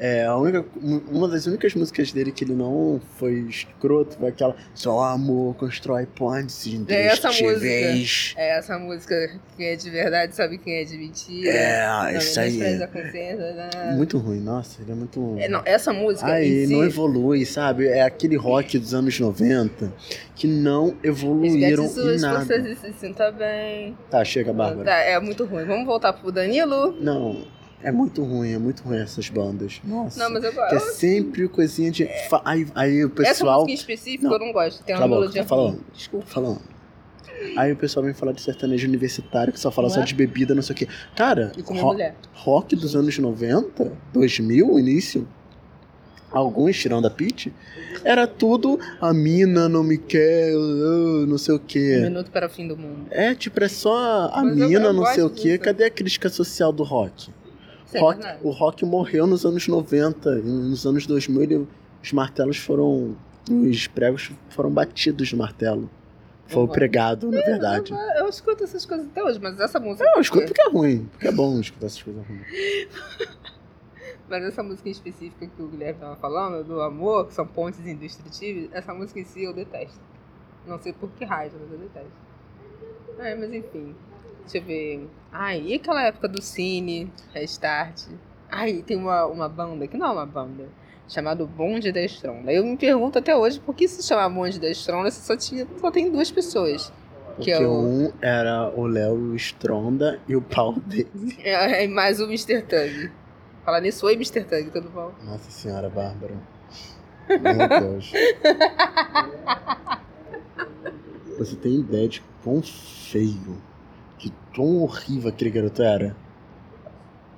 S1: É, a única, uma das únicas músicas dele que ele não foi escroto foi aquela Só amor constrói pontes
S3: É essa
S1: indestrutíveis.
S3: É essa música, quem é de verdade sabe quem é de mentira.
S1: É,
S3: Não,
S1: isso
S3: não
S1: aí.
S3: traz a consciência, né?
S1: Muito ruim, nossa, ele é muito ruim.
S3: É, não, essa música
S1: Aí
S3: em si,
S1: não evolui, sabe? É aquele rock dos anos 90 que não evoluíram
S3: esquece
S1: em
S3: suas forças
S1: nada.
S3: e se sinta bem.
S1: Tá, chega, Bárbara.
S3: Tá, é muito ruim. Vamos voltar pro Danilo?
S1: Não, é muito ruim, é muito ruim essas bandas. Nossa.
S3: Não, mas eu
S1: Que é
S3: gosto.
S1: sempre coisinha de. fa- Aí, aí o
S3: Essa
S1: pessoal.
S3: música em específico
S1: Não.
S3: eu não gosto. Tem uma
S1: Cala a boca,
S3: melodia
S1: tá falando.
S3: ruim. Desculpa.
S1: Falando. Aí o pessoal vem falar de sertanejo universitário que só fala
S3: Não
S1: só
S3: é?
S1: de bebida, não sei o quê. Cara,
S3: E comer
S1: ro-
S3: mulher.
S1: rock dos anos 90, 2000, início, alguns tirando a Pete, era tudo a mina não me quer, ah, não sei o
S3: Um
S1: quê.
S3: minuto para o fim do mundo.
S1: É, tipo, é só a
S3: Mas eu-
S1: mina
S3: eu
S1: não sei o
S3: gosto
S1: quê.
S3: disso.
S1: Cadê a crítica social do rock?
S3: Isso é
S1: rock
S3: verdade.
S1: o rock morreu nos anos 90, e nos anos 2000 ele- os martelos foram. Os pregos foram batidos de martelo. Foi
S3: Uhum.
S1: pregado, na verdade.
S3: Eu, eu escuto essas coisas até hoje, mas essa música.
S1: Não, eu escuto porque é ruim, porque é bom escutar essas coisas ruins.
S3: é, Mas essa música em específica que o Guilherme tava falando, do amor, que são pontes indestrutíveis, essa música em si eu detesto. Não sei por que raiva, mas eu detesto. É, mas enfim. Deixa eu ver. Ai, e aquela época do Cine, Restart? Ai, tem uma, uma banda, que não é uma banda, chamado Bonde da Estronda. Eu me pergunto até hoje por que se chama Bonde da Estronda se só, tinha, só tem duas pessoas.
S1: Porque
S3: é o-
S1: um era o Léo Stronda e o pau dele.
S3: É, é mais o Mr. Tug. Falar nisso, oi, Mr. Tug, tudo bom?
S1: Nossa senhora, Bárbara. Meu Deus. Você tem ideia de quão feio, de quão horrível aquele garoto era?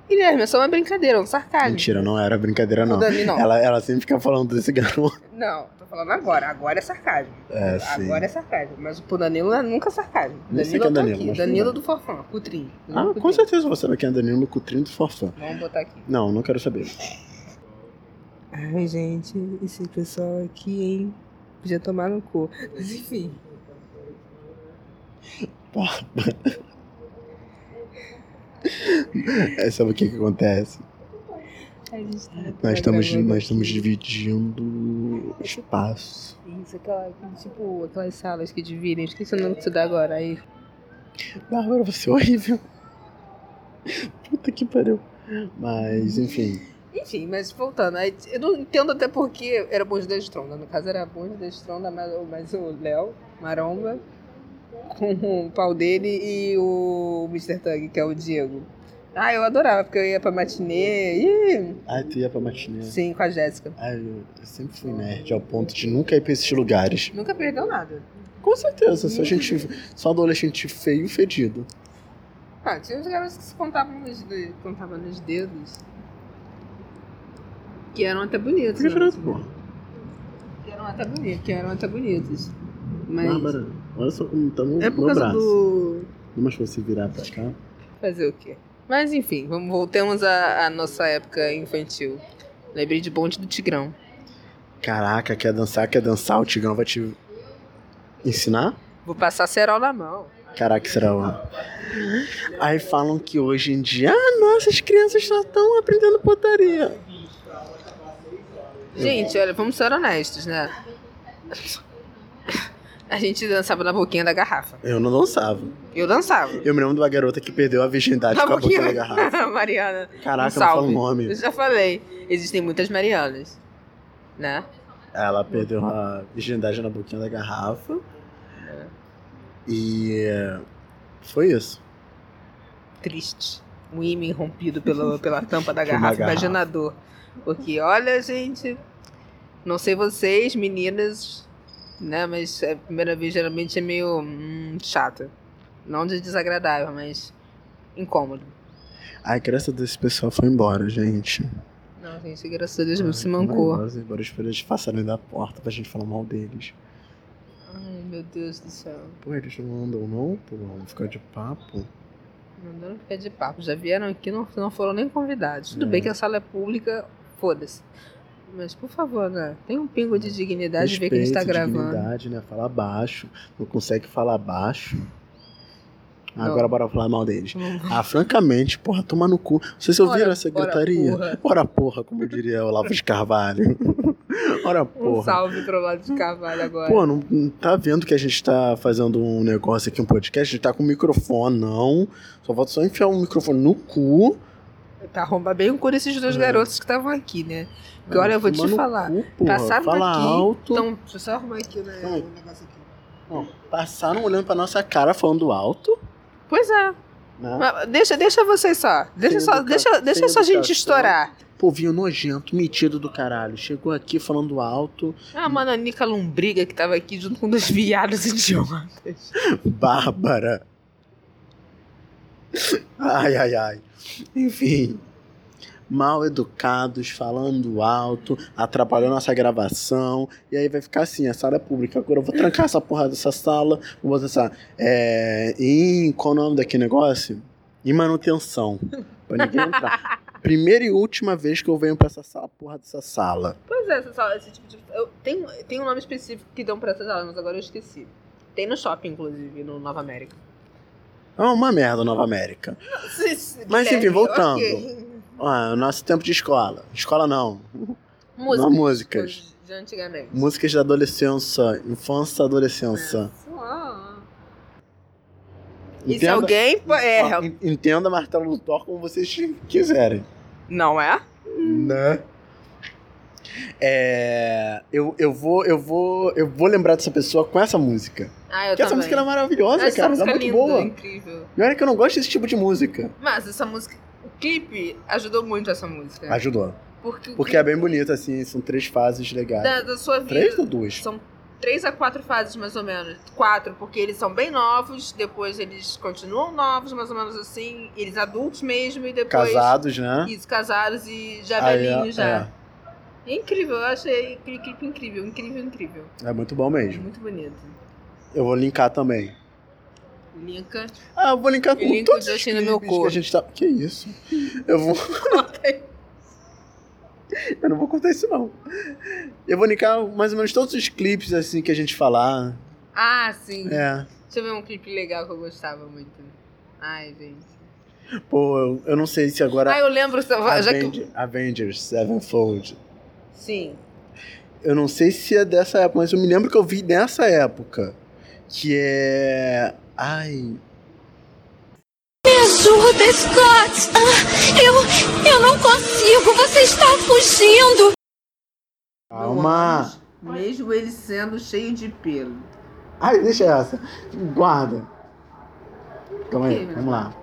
S3: Guilherme, é só uma brincadeira, um sarcasmo.
S1: Mentira, não era brincadeira, não.
S3: O Dani não.
S1: Ela, ela sempre fica falando desse garoto.
S3: Não, tô falando agora. Agora é sarcasmo.
S1: É, sim.
S3: agora é sarcasmo. Mas pro Danilo é nunca sarcasmo.
S1: Nem sei quem é
S3: Danilo eu tô
S1: Danilo,
S3: aqui.
S1: mas
S3: Danilo
S1: tudo
S3: do Forfã, Cutrinho.
S1: Ah, com certeza você sabe quem é Danilo Cutrinho do Forfã.
S3: Vamos botar aqui.
S1: Não, não quero saber.
S3: Ai, gente, esse pessoal aqui, hein? Podia tomar no cu. Mas enfim.
S1: É, sabe o que, que acontece?
S3: A gente tá
S1: Nós estamos,
S3: gravando
S1: nós estamos
S3: aqui.
S1: dividindo espaço.
S3: Isso, aquela, tipo, aquelas salas que dividem. Esqueci o nome que você dá agora. Aí.
S1: Bárbara, você é horrível. Puta que pariu. Mas, enfim.
S3: Enfim, mas voltando, aí eu não entendo até porque era Bonde da Estronda. No caso era Bonde da Estronda, mas, o- mas o Léo, Maromba, com o pau dele e o Mr. Tug, que é o Diego. Ah, eu adorava, porque eu ia pra matinê e...
S1: Ai, tu ia pra matinê.
S3: Sim, com a Jéssica.
S1: Ai, eu eu sempre fui nerd, ao ponto de nunca ir pra esses lugares.
S3: Nunca perdeu nada.
S1: Com certeza, só gente. Só adolescente feio e fedido.
S3: Ah, tinha uns garotos que se contavam nos, de- contavam nos dedos. Que eram até bonitos.
S1: Que
S3: né?
S1: diferença, porra?
S3: Que eram até bonitos. Que eram até bonitos. Mas...
S1: Bárbara, olha só como tá meu,
S3: É por
S1: meu
S3: causa
S1: braço.
S3: do...
S1: Não mais você virar pra cá.
S3: Fazer o quê? Mas enfim, vamos, voltemos à, à nossa época infantil. Lembrei de Bonde do Tigrão.
S1: Caraca, quer dançar, quer dançar, o Tigão vai te ensinar?
S3: Vou passar cerol na mão.
S1: Caraca, será lá. Aí falam que hoje em dia, ah, nossa, as crianças só estão aprendendo potaria.
S3: Gente, olha, vamos ser honestos, né? A gente dançava na boquinha da garrafa.
S1: Eu não dançava.
S3: Eu dançava.
S1: Eu me lembro de uma garota que perdeu a virgindade Tá com a boquinha da garrafa.
S3: Mariana.
S1: Caraca,
S3: um
S1: eu não falo
S3: salve.
S1: o nome.
S3: Eu já falei. Existem muitas Marianas. Né?
S1: Ela perdeu a virgindade na boquinha da garrafa.
S3: É.
S1: E é, foi isso.
S3: Triste. Um ímã rompido pela, pela tampa da
S1: Foi uma
S3: garrafa.
S1: garrafa.
S3: Imagina a dor. Porque, olha, gente, não sei vocês, meninas, né? Mas a primeira vez geralmente é meio hum, chata. Não de desagradável, mas incômodo.
S1: Ai, graças a Deus, esse pessoal foi embora, gente.
S3: Não, gente, graças a Deus
S1: Ah,
S3: se
S1: Foram
S3: mancou.
S1: Embora, foram embora, espero eles passarem da porta pra gente falar mal deles.
S3: Ai, meu Deus do céu.
S1: Pô, eles não andam não, pô. Vamos ficar de papo.
S3: Mandando ficar de papo. Já vieram aqui, não, não foram nem convidados. Tudo bem que a sala é pública, foda-se. Mas, por favor, né? Tem um pingo de dignidade de ver que a gente tá
S1: Respeito,
S3: gravando.
S1: dignidade, né? Falar baixo. Não consegue falar baixo.
S3: Não.
S1: Agora bora falar mal deles. Ah, francamente, porra, toma no cu. Vocês ouviram
S3: Ora,
S1: a secretaria?
S3: ora, porra.
S1: Ora porra, como diria o Olavo de Carvalho. Ora
S3: Um
S1: porra.
S3: salve pro lado de cavalo agora.
S1: Pô, não, não tá vendo que a gente tá fazendo um negócio aqui, um podcast? A gente tá com microfone, não. Só falta só enfiar um microfone no cu.
S3: Tá arromba bem o cu desses
S1: É.
S3: dois garotos que estavam aqui, né? Porque olha, eu vou te
S1: Tomar no
S3: falar.
S1: cu, porra.
S3: passaram
S1: Fala
S3: aqui.
S1: alto.
S3: Então, deixa eu só arrumar aqui, né?
S1: Calma aí.
S3: o negócio aqui.
S1: Não, passaram olhando pra nossa cara falando alto.
S3: Pois é.
S1: Né?
S3: Mas deixa, deixa vocês só.
S1: Sem
S3: Deixa só,
S1: educa-
S3: deixa, deixa
S1: sem
S3: só a gente
S1: educação.
S3: estourar.
S1: Povinho nojento, metido do caralho. Chegou aqui falando alto.
S3: Ah, mano, a Nica Lombriga que tava aqui junto com dois viados idiotas.
S1: Bárbara. Ai, ai, ai. Enfim. Mal educados, falando alto, atrapalhando nossa gravação. E aí vai ficar assim: a sala é pública. Agora eu vou trancar essa porra dessa sala. Vou botar essa. É, em. Qual o nome daquele negócio? Em manutenção. Pra ninguém entrar. Primeira e última vez que eu venho pra essa sala, porra dessa sala.
S3: Pois é, essa sala, esse tipo de. Eu, tem, tem um nome específico que dão pra essas aulas, mas agora eu esqueci. Tem no shopping, inclusive, no Nova América.
S1: É uma merda, Nova América. Mas, enfim, voltando. Ah, o nosso tempo de escola. Escola não.
S3: Músicas.
S1: Não, músicas.
S3: tipo, De antigamente.
S1: Músicas da adolescência, infância e adolescência.
S3: Sei lá. E se
S1: Entenda-
S3: alguém. po- É,
S1: Ó, en- Entenda
S3: é?
S1: Martelo Luthor como vocês quiserem.
S3: não é?
S1: Né? É, eu, eu, vou, eu, vou, eu vou lembrar dessa pessoa com essa música.
S3: Ah, eu
S1: Porque essa
S3: também.
S1: música ela é maravilhosa,
S3: Essa
S1: cara. Ela é
S3: música
S1: muito
S3: linda,
S1: boa.
S3: incrível.
S1: E olha que eu não gosto desse tipo de música.
S3: Mas essa música, o clipe ajudou muito essa música.
S1: Ajudou.
S3: Porque, o
S1: Porque é bem bonita, assim, são três fases legais.
S3: da, da sua vida.
S1: Três ou duas?
S3: São três a quatro fases, mais ou menos. Quatro, porque eles são bem novos, depois eles continuam novos, mais ou menos assim. Eles adultos mesmo, e depois.
S1: Casados, né?
S3: Isso, casados e já
S1: Aí,
S3: velhinhos
S1: é,
S3: já. É. Incrível, eu achei aquele clipe incrível, incrível, incrível.
S1: É muito bom mesmo.
S3: Muito bonito.
S1: Eu vou linkar também.
S3: Linka.
S1: Ah, eu vou linkar com
S3: Linka
S1: todos
S3: o
S1: os
S3: Justin assim no meu
S1: clipes que a
S3: corpo.
S1: gente tá... Que isso? Eu vou... eu não vou contar isso, não. Eu vou linkar mais ou menos todos os clipes, assim, que a gente falar.
S3: Ah, sim.
S1: É.
S3: Deixa eu ver um clipe legal que eu gostava muito. Ai, gente.
S1: Pô, eu, eu não sei se agora...
S3: Ah, eu lembro. Já que...
S1: Avenger- Avengers Sevenfold.
S3: Sim.
S1: Eu não sei se é dessa época, mas eu me lembro que eu vi nessa época. Que é... Ai...
S11: Me ajuda, Scott! Ah, eu, eu não consigo! Você está fugindo!
S1: Calma!
S3: Mesmo ele sendo cheio de pelo.
S1: Ai, deixa essa. Guarda. Calma aí,
S3: Ok, mas
S1: vamos lá.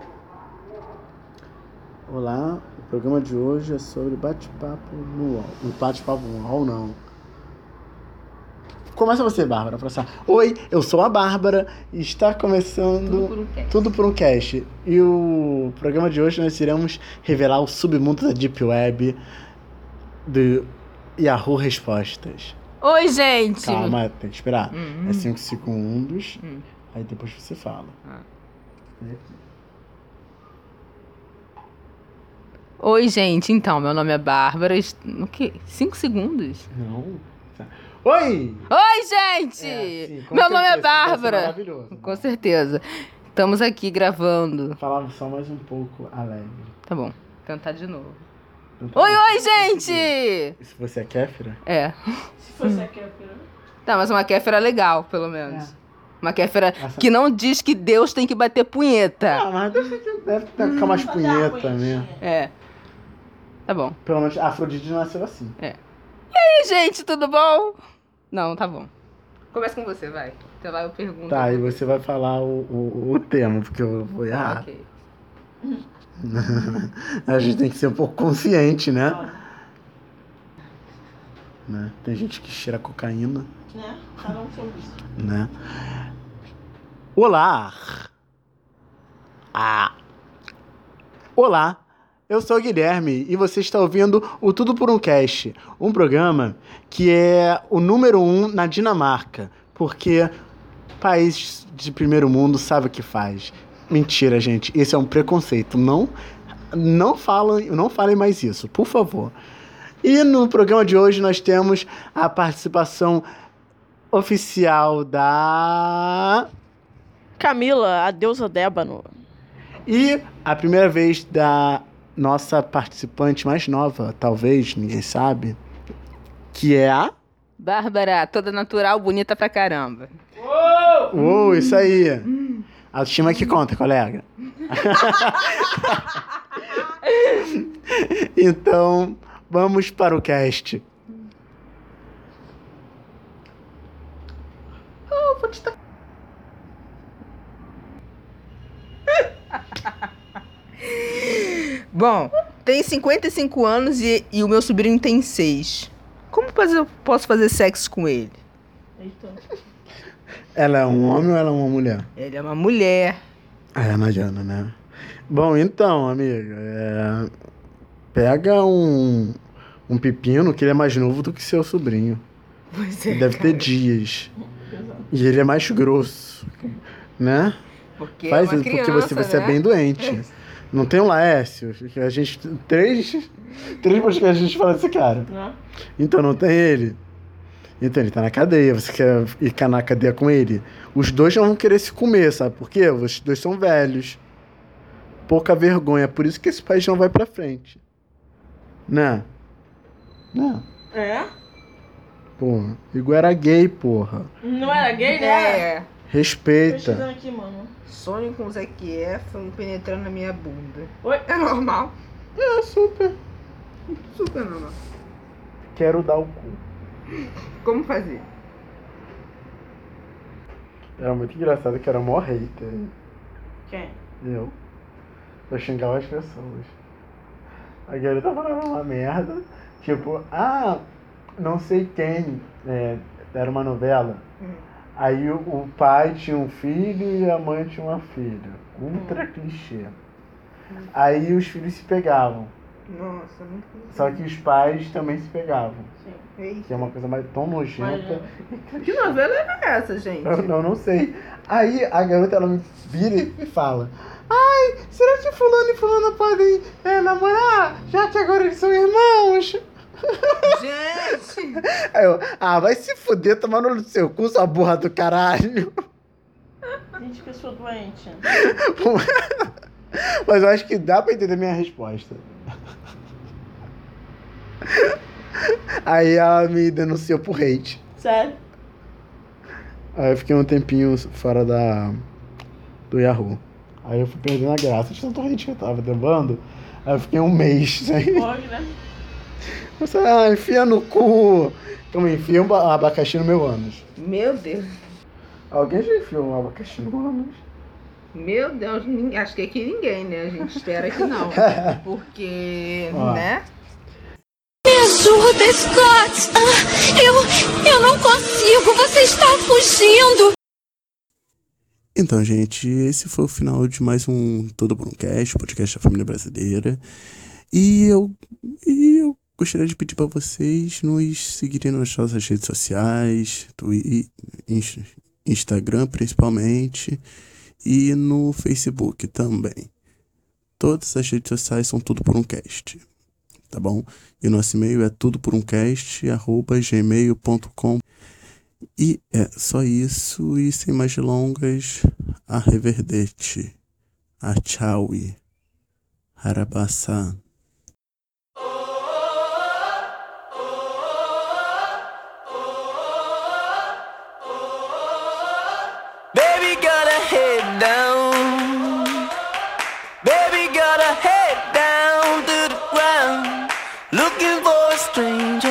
S1: Olá, o programa de hoje é sobre bate-papo no UOL. Um bate-papo no UOL, não. Começa você, Bárbara, pra passar. Oi, eu sou a Bárbara e está
S3: Tudo
S1: começando
S3: por um cast.
S1: tudo por um cast. E o programa de hoje nós iremos revelar o submundo da Deep Web do Yahoo Respostas.
S3: Oi, gente!
S1: Calma, tem que esperar.
S3: Hum.
S1: É 5 segundos.
S3: Hum.
S1: Aí depois você fala.
S3: Oi, gente. Então, meu nome é Bárbara. Est- O quê? Cinco segundos?
S1: Não. Oi!
S3: Oi, gente!
S1: com
S3: meu nome
S1: certeza, isso vai ser
S3: é Bárbara.
S1: maravilhoso. né?
S3: Com certeza. Estamos aqui gravando.
S1: Falava só mais um pouco alegre.
S3: Tá bom. Tentar de novo.
S1: Não tá
S3: Oi,
S1: bom.
S3: oi, gente!
S1: Se você é Kéfera?
S3: É.
S9: Se fosse a Kéfera.
S3: Tá, mas uma Kéfera legal, pelo menos. Uma Kéfera
S1: Essa-
S3: que não diz que Deus tem que bater punheta.
S1: Ah, mas deve ter ficar mais Hum, punheta mesmo.
S3: É. Tá bom.
S1: Pelo menos a Afrodite nasceu assim.
S3: É. E aí, gente, tudo bom? Não, tá bom. Começa com você, vai. Então lá eu pergunto.
S1: Tá, e você vai falar o, o, o tema, porque eu vou
S3: Ah,
S1: errar.
S3: ok.
S1: a gente tem que ser um pouco consciente, né? né? Tem gente que cheira cocaína,
S9: Né? Cada um seu gosto.
S1: né? Olá! Ah. Olá, eu sou o Guilherme e você está ouvindo o Tudo por um Cast, um programa que é o número um na Dinamarca, porque país de primeiro mundo sabe o que faz. Mentira, gente, esse é um preconceito. Não, não falem, não falem mais isso, por favor. E no programa de hoje nós temos a participação oficial da
S9: Camila, a deusa Débano.
S1: E a primeira vez da nossa participante mais nova, talvez, ninguém sabe, que é a.
S3: Bárbara, toda natural, bonita pra caramba.
S1: Uou, isso aí! A autoestima que conta, colega. então, vamos para o cast.
S3: Bom, tem 55 anos e, e o meu sobrinho tem 6. Como faz- eu posso fazer sexo com ele?
S9: Eita.
S1: Ela é um homem ou ela é uma mulher?
S3: Ele é uma mulher.
S1: Ah, É, não adianta, né? Bom, então, amigo, é, pega um, um pepino que ele é mais novo do que seu sobrinho.
S3: Pois
S1: Ele deve ter dias. E ele é mais grosso, né?
S3: Porque
S1: Faz
S3: é uma
S1: isso, porque
S3: criança,
S1: você, você
S3: né?
S1: é bem doente. Não tem um Laércio. A gente. Três. Três podcasts a gente fala desse cara.
S9: Né?
S1: Então não tem ele. Então ele tá na cadeia, você quer ficar na cadeia com ele. Os dois não vão querer se comer, sabe por quê? Os dois são velhos. Pouca vergonha, por isso que esse país não vai pra frente. Né? Né?
S9: É?
S1: Porra. Igor era gay, porra.
S9: Não era gay, né?
S3: É.
S1: Respeita.
S9: Pesquisando aqui, mano.
S3: Sonho com o Zac Efron um penetrando na minha bunda.
S9: Oi?
S3: É normal.
S1: É, super.
S3: Super normal.
S1: Quero dar o cu.
S3: Como fazer?
S1: Era muito engraçado que era mó hater.
S12: Quem?
S1: Eu. Eu xingava as pessoas. A garota falava uma merda. Tipo, ah, não sei quem. é, era uma novela. Aí o, o pai tinha um filho e a mãe tinha uma filha. Ultra clichê. Aí os filhos se pegavam.
S12: Nossa, muito
S1: Só que os pais também se pegavam.
S12: Eita.
S1: Que é uma coisa mais tão nojenta.
S12: Que novela é essa, gente?
S1: Eu não, não sei. Aí a garota ela me vira e me fala. Ai, será que fulano e fulano podem é, namorar? Já que agora eles são irmãos?
S3: Gente!
S13: Aí eu, ah, vai se fuder tomando no seu cu, sua burra do caralho.
S12: Gente, que eu sou doente.
S1: Mas eu acho que dá pra entender minha resposta.
S13: Aí ela me denunciou por hate.
S12: Sério?
S13: Aí eu fiquei um tempinho fora da. do Yahoo.
S1: Aí eu fui perdendo a graça de tanto hate que eu tava levando. Aí eu fiquei um mês sem.
S12: Pode, né?
S1: Eu falei, ah, enfia no cu. Então enfia um ba- abacaxi no meu ânus.
S3: Meu Deus.
S1: Alguém já enfiou um abacaxi no ânus?
S3: Meu Deus, nin- acho que aqui ninguém, né? A gente espera que não. Porque,
S9: Ó.
S3: né?
S9: Me ajuda, Scott! Ah, eu, eu não consigo! Você está fugindo!
S14: Então, gente, esse foi o final de mais um Todo por um Cast, podcast da família brasileira. E eu, e eu gostaria de pedir para vocês nos seguirem nas nossas redes sociais, Twi- Inst- Instagram principalmente, e no Facebook também. Todas as redes sociais são Tudo por um Cast, tá bom? E o nosso e-mail é tudo por um cast, arroba gmail.com. E é só isso, e sem mais delongas, a reverdete, a tchaui, harabassa.
S15: Baby got a head down. Baby got a head down to the ground. Looking for a stranger.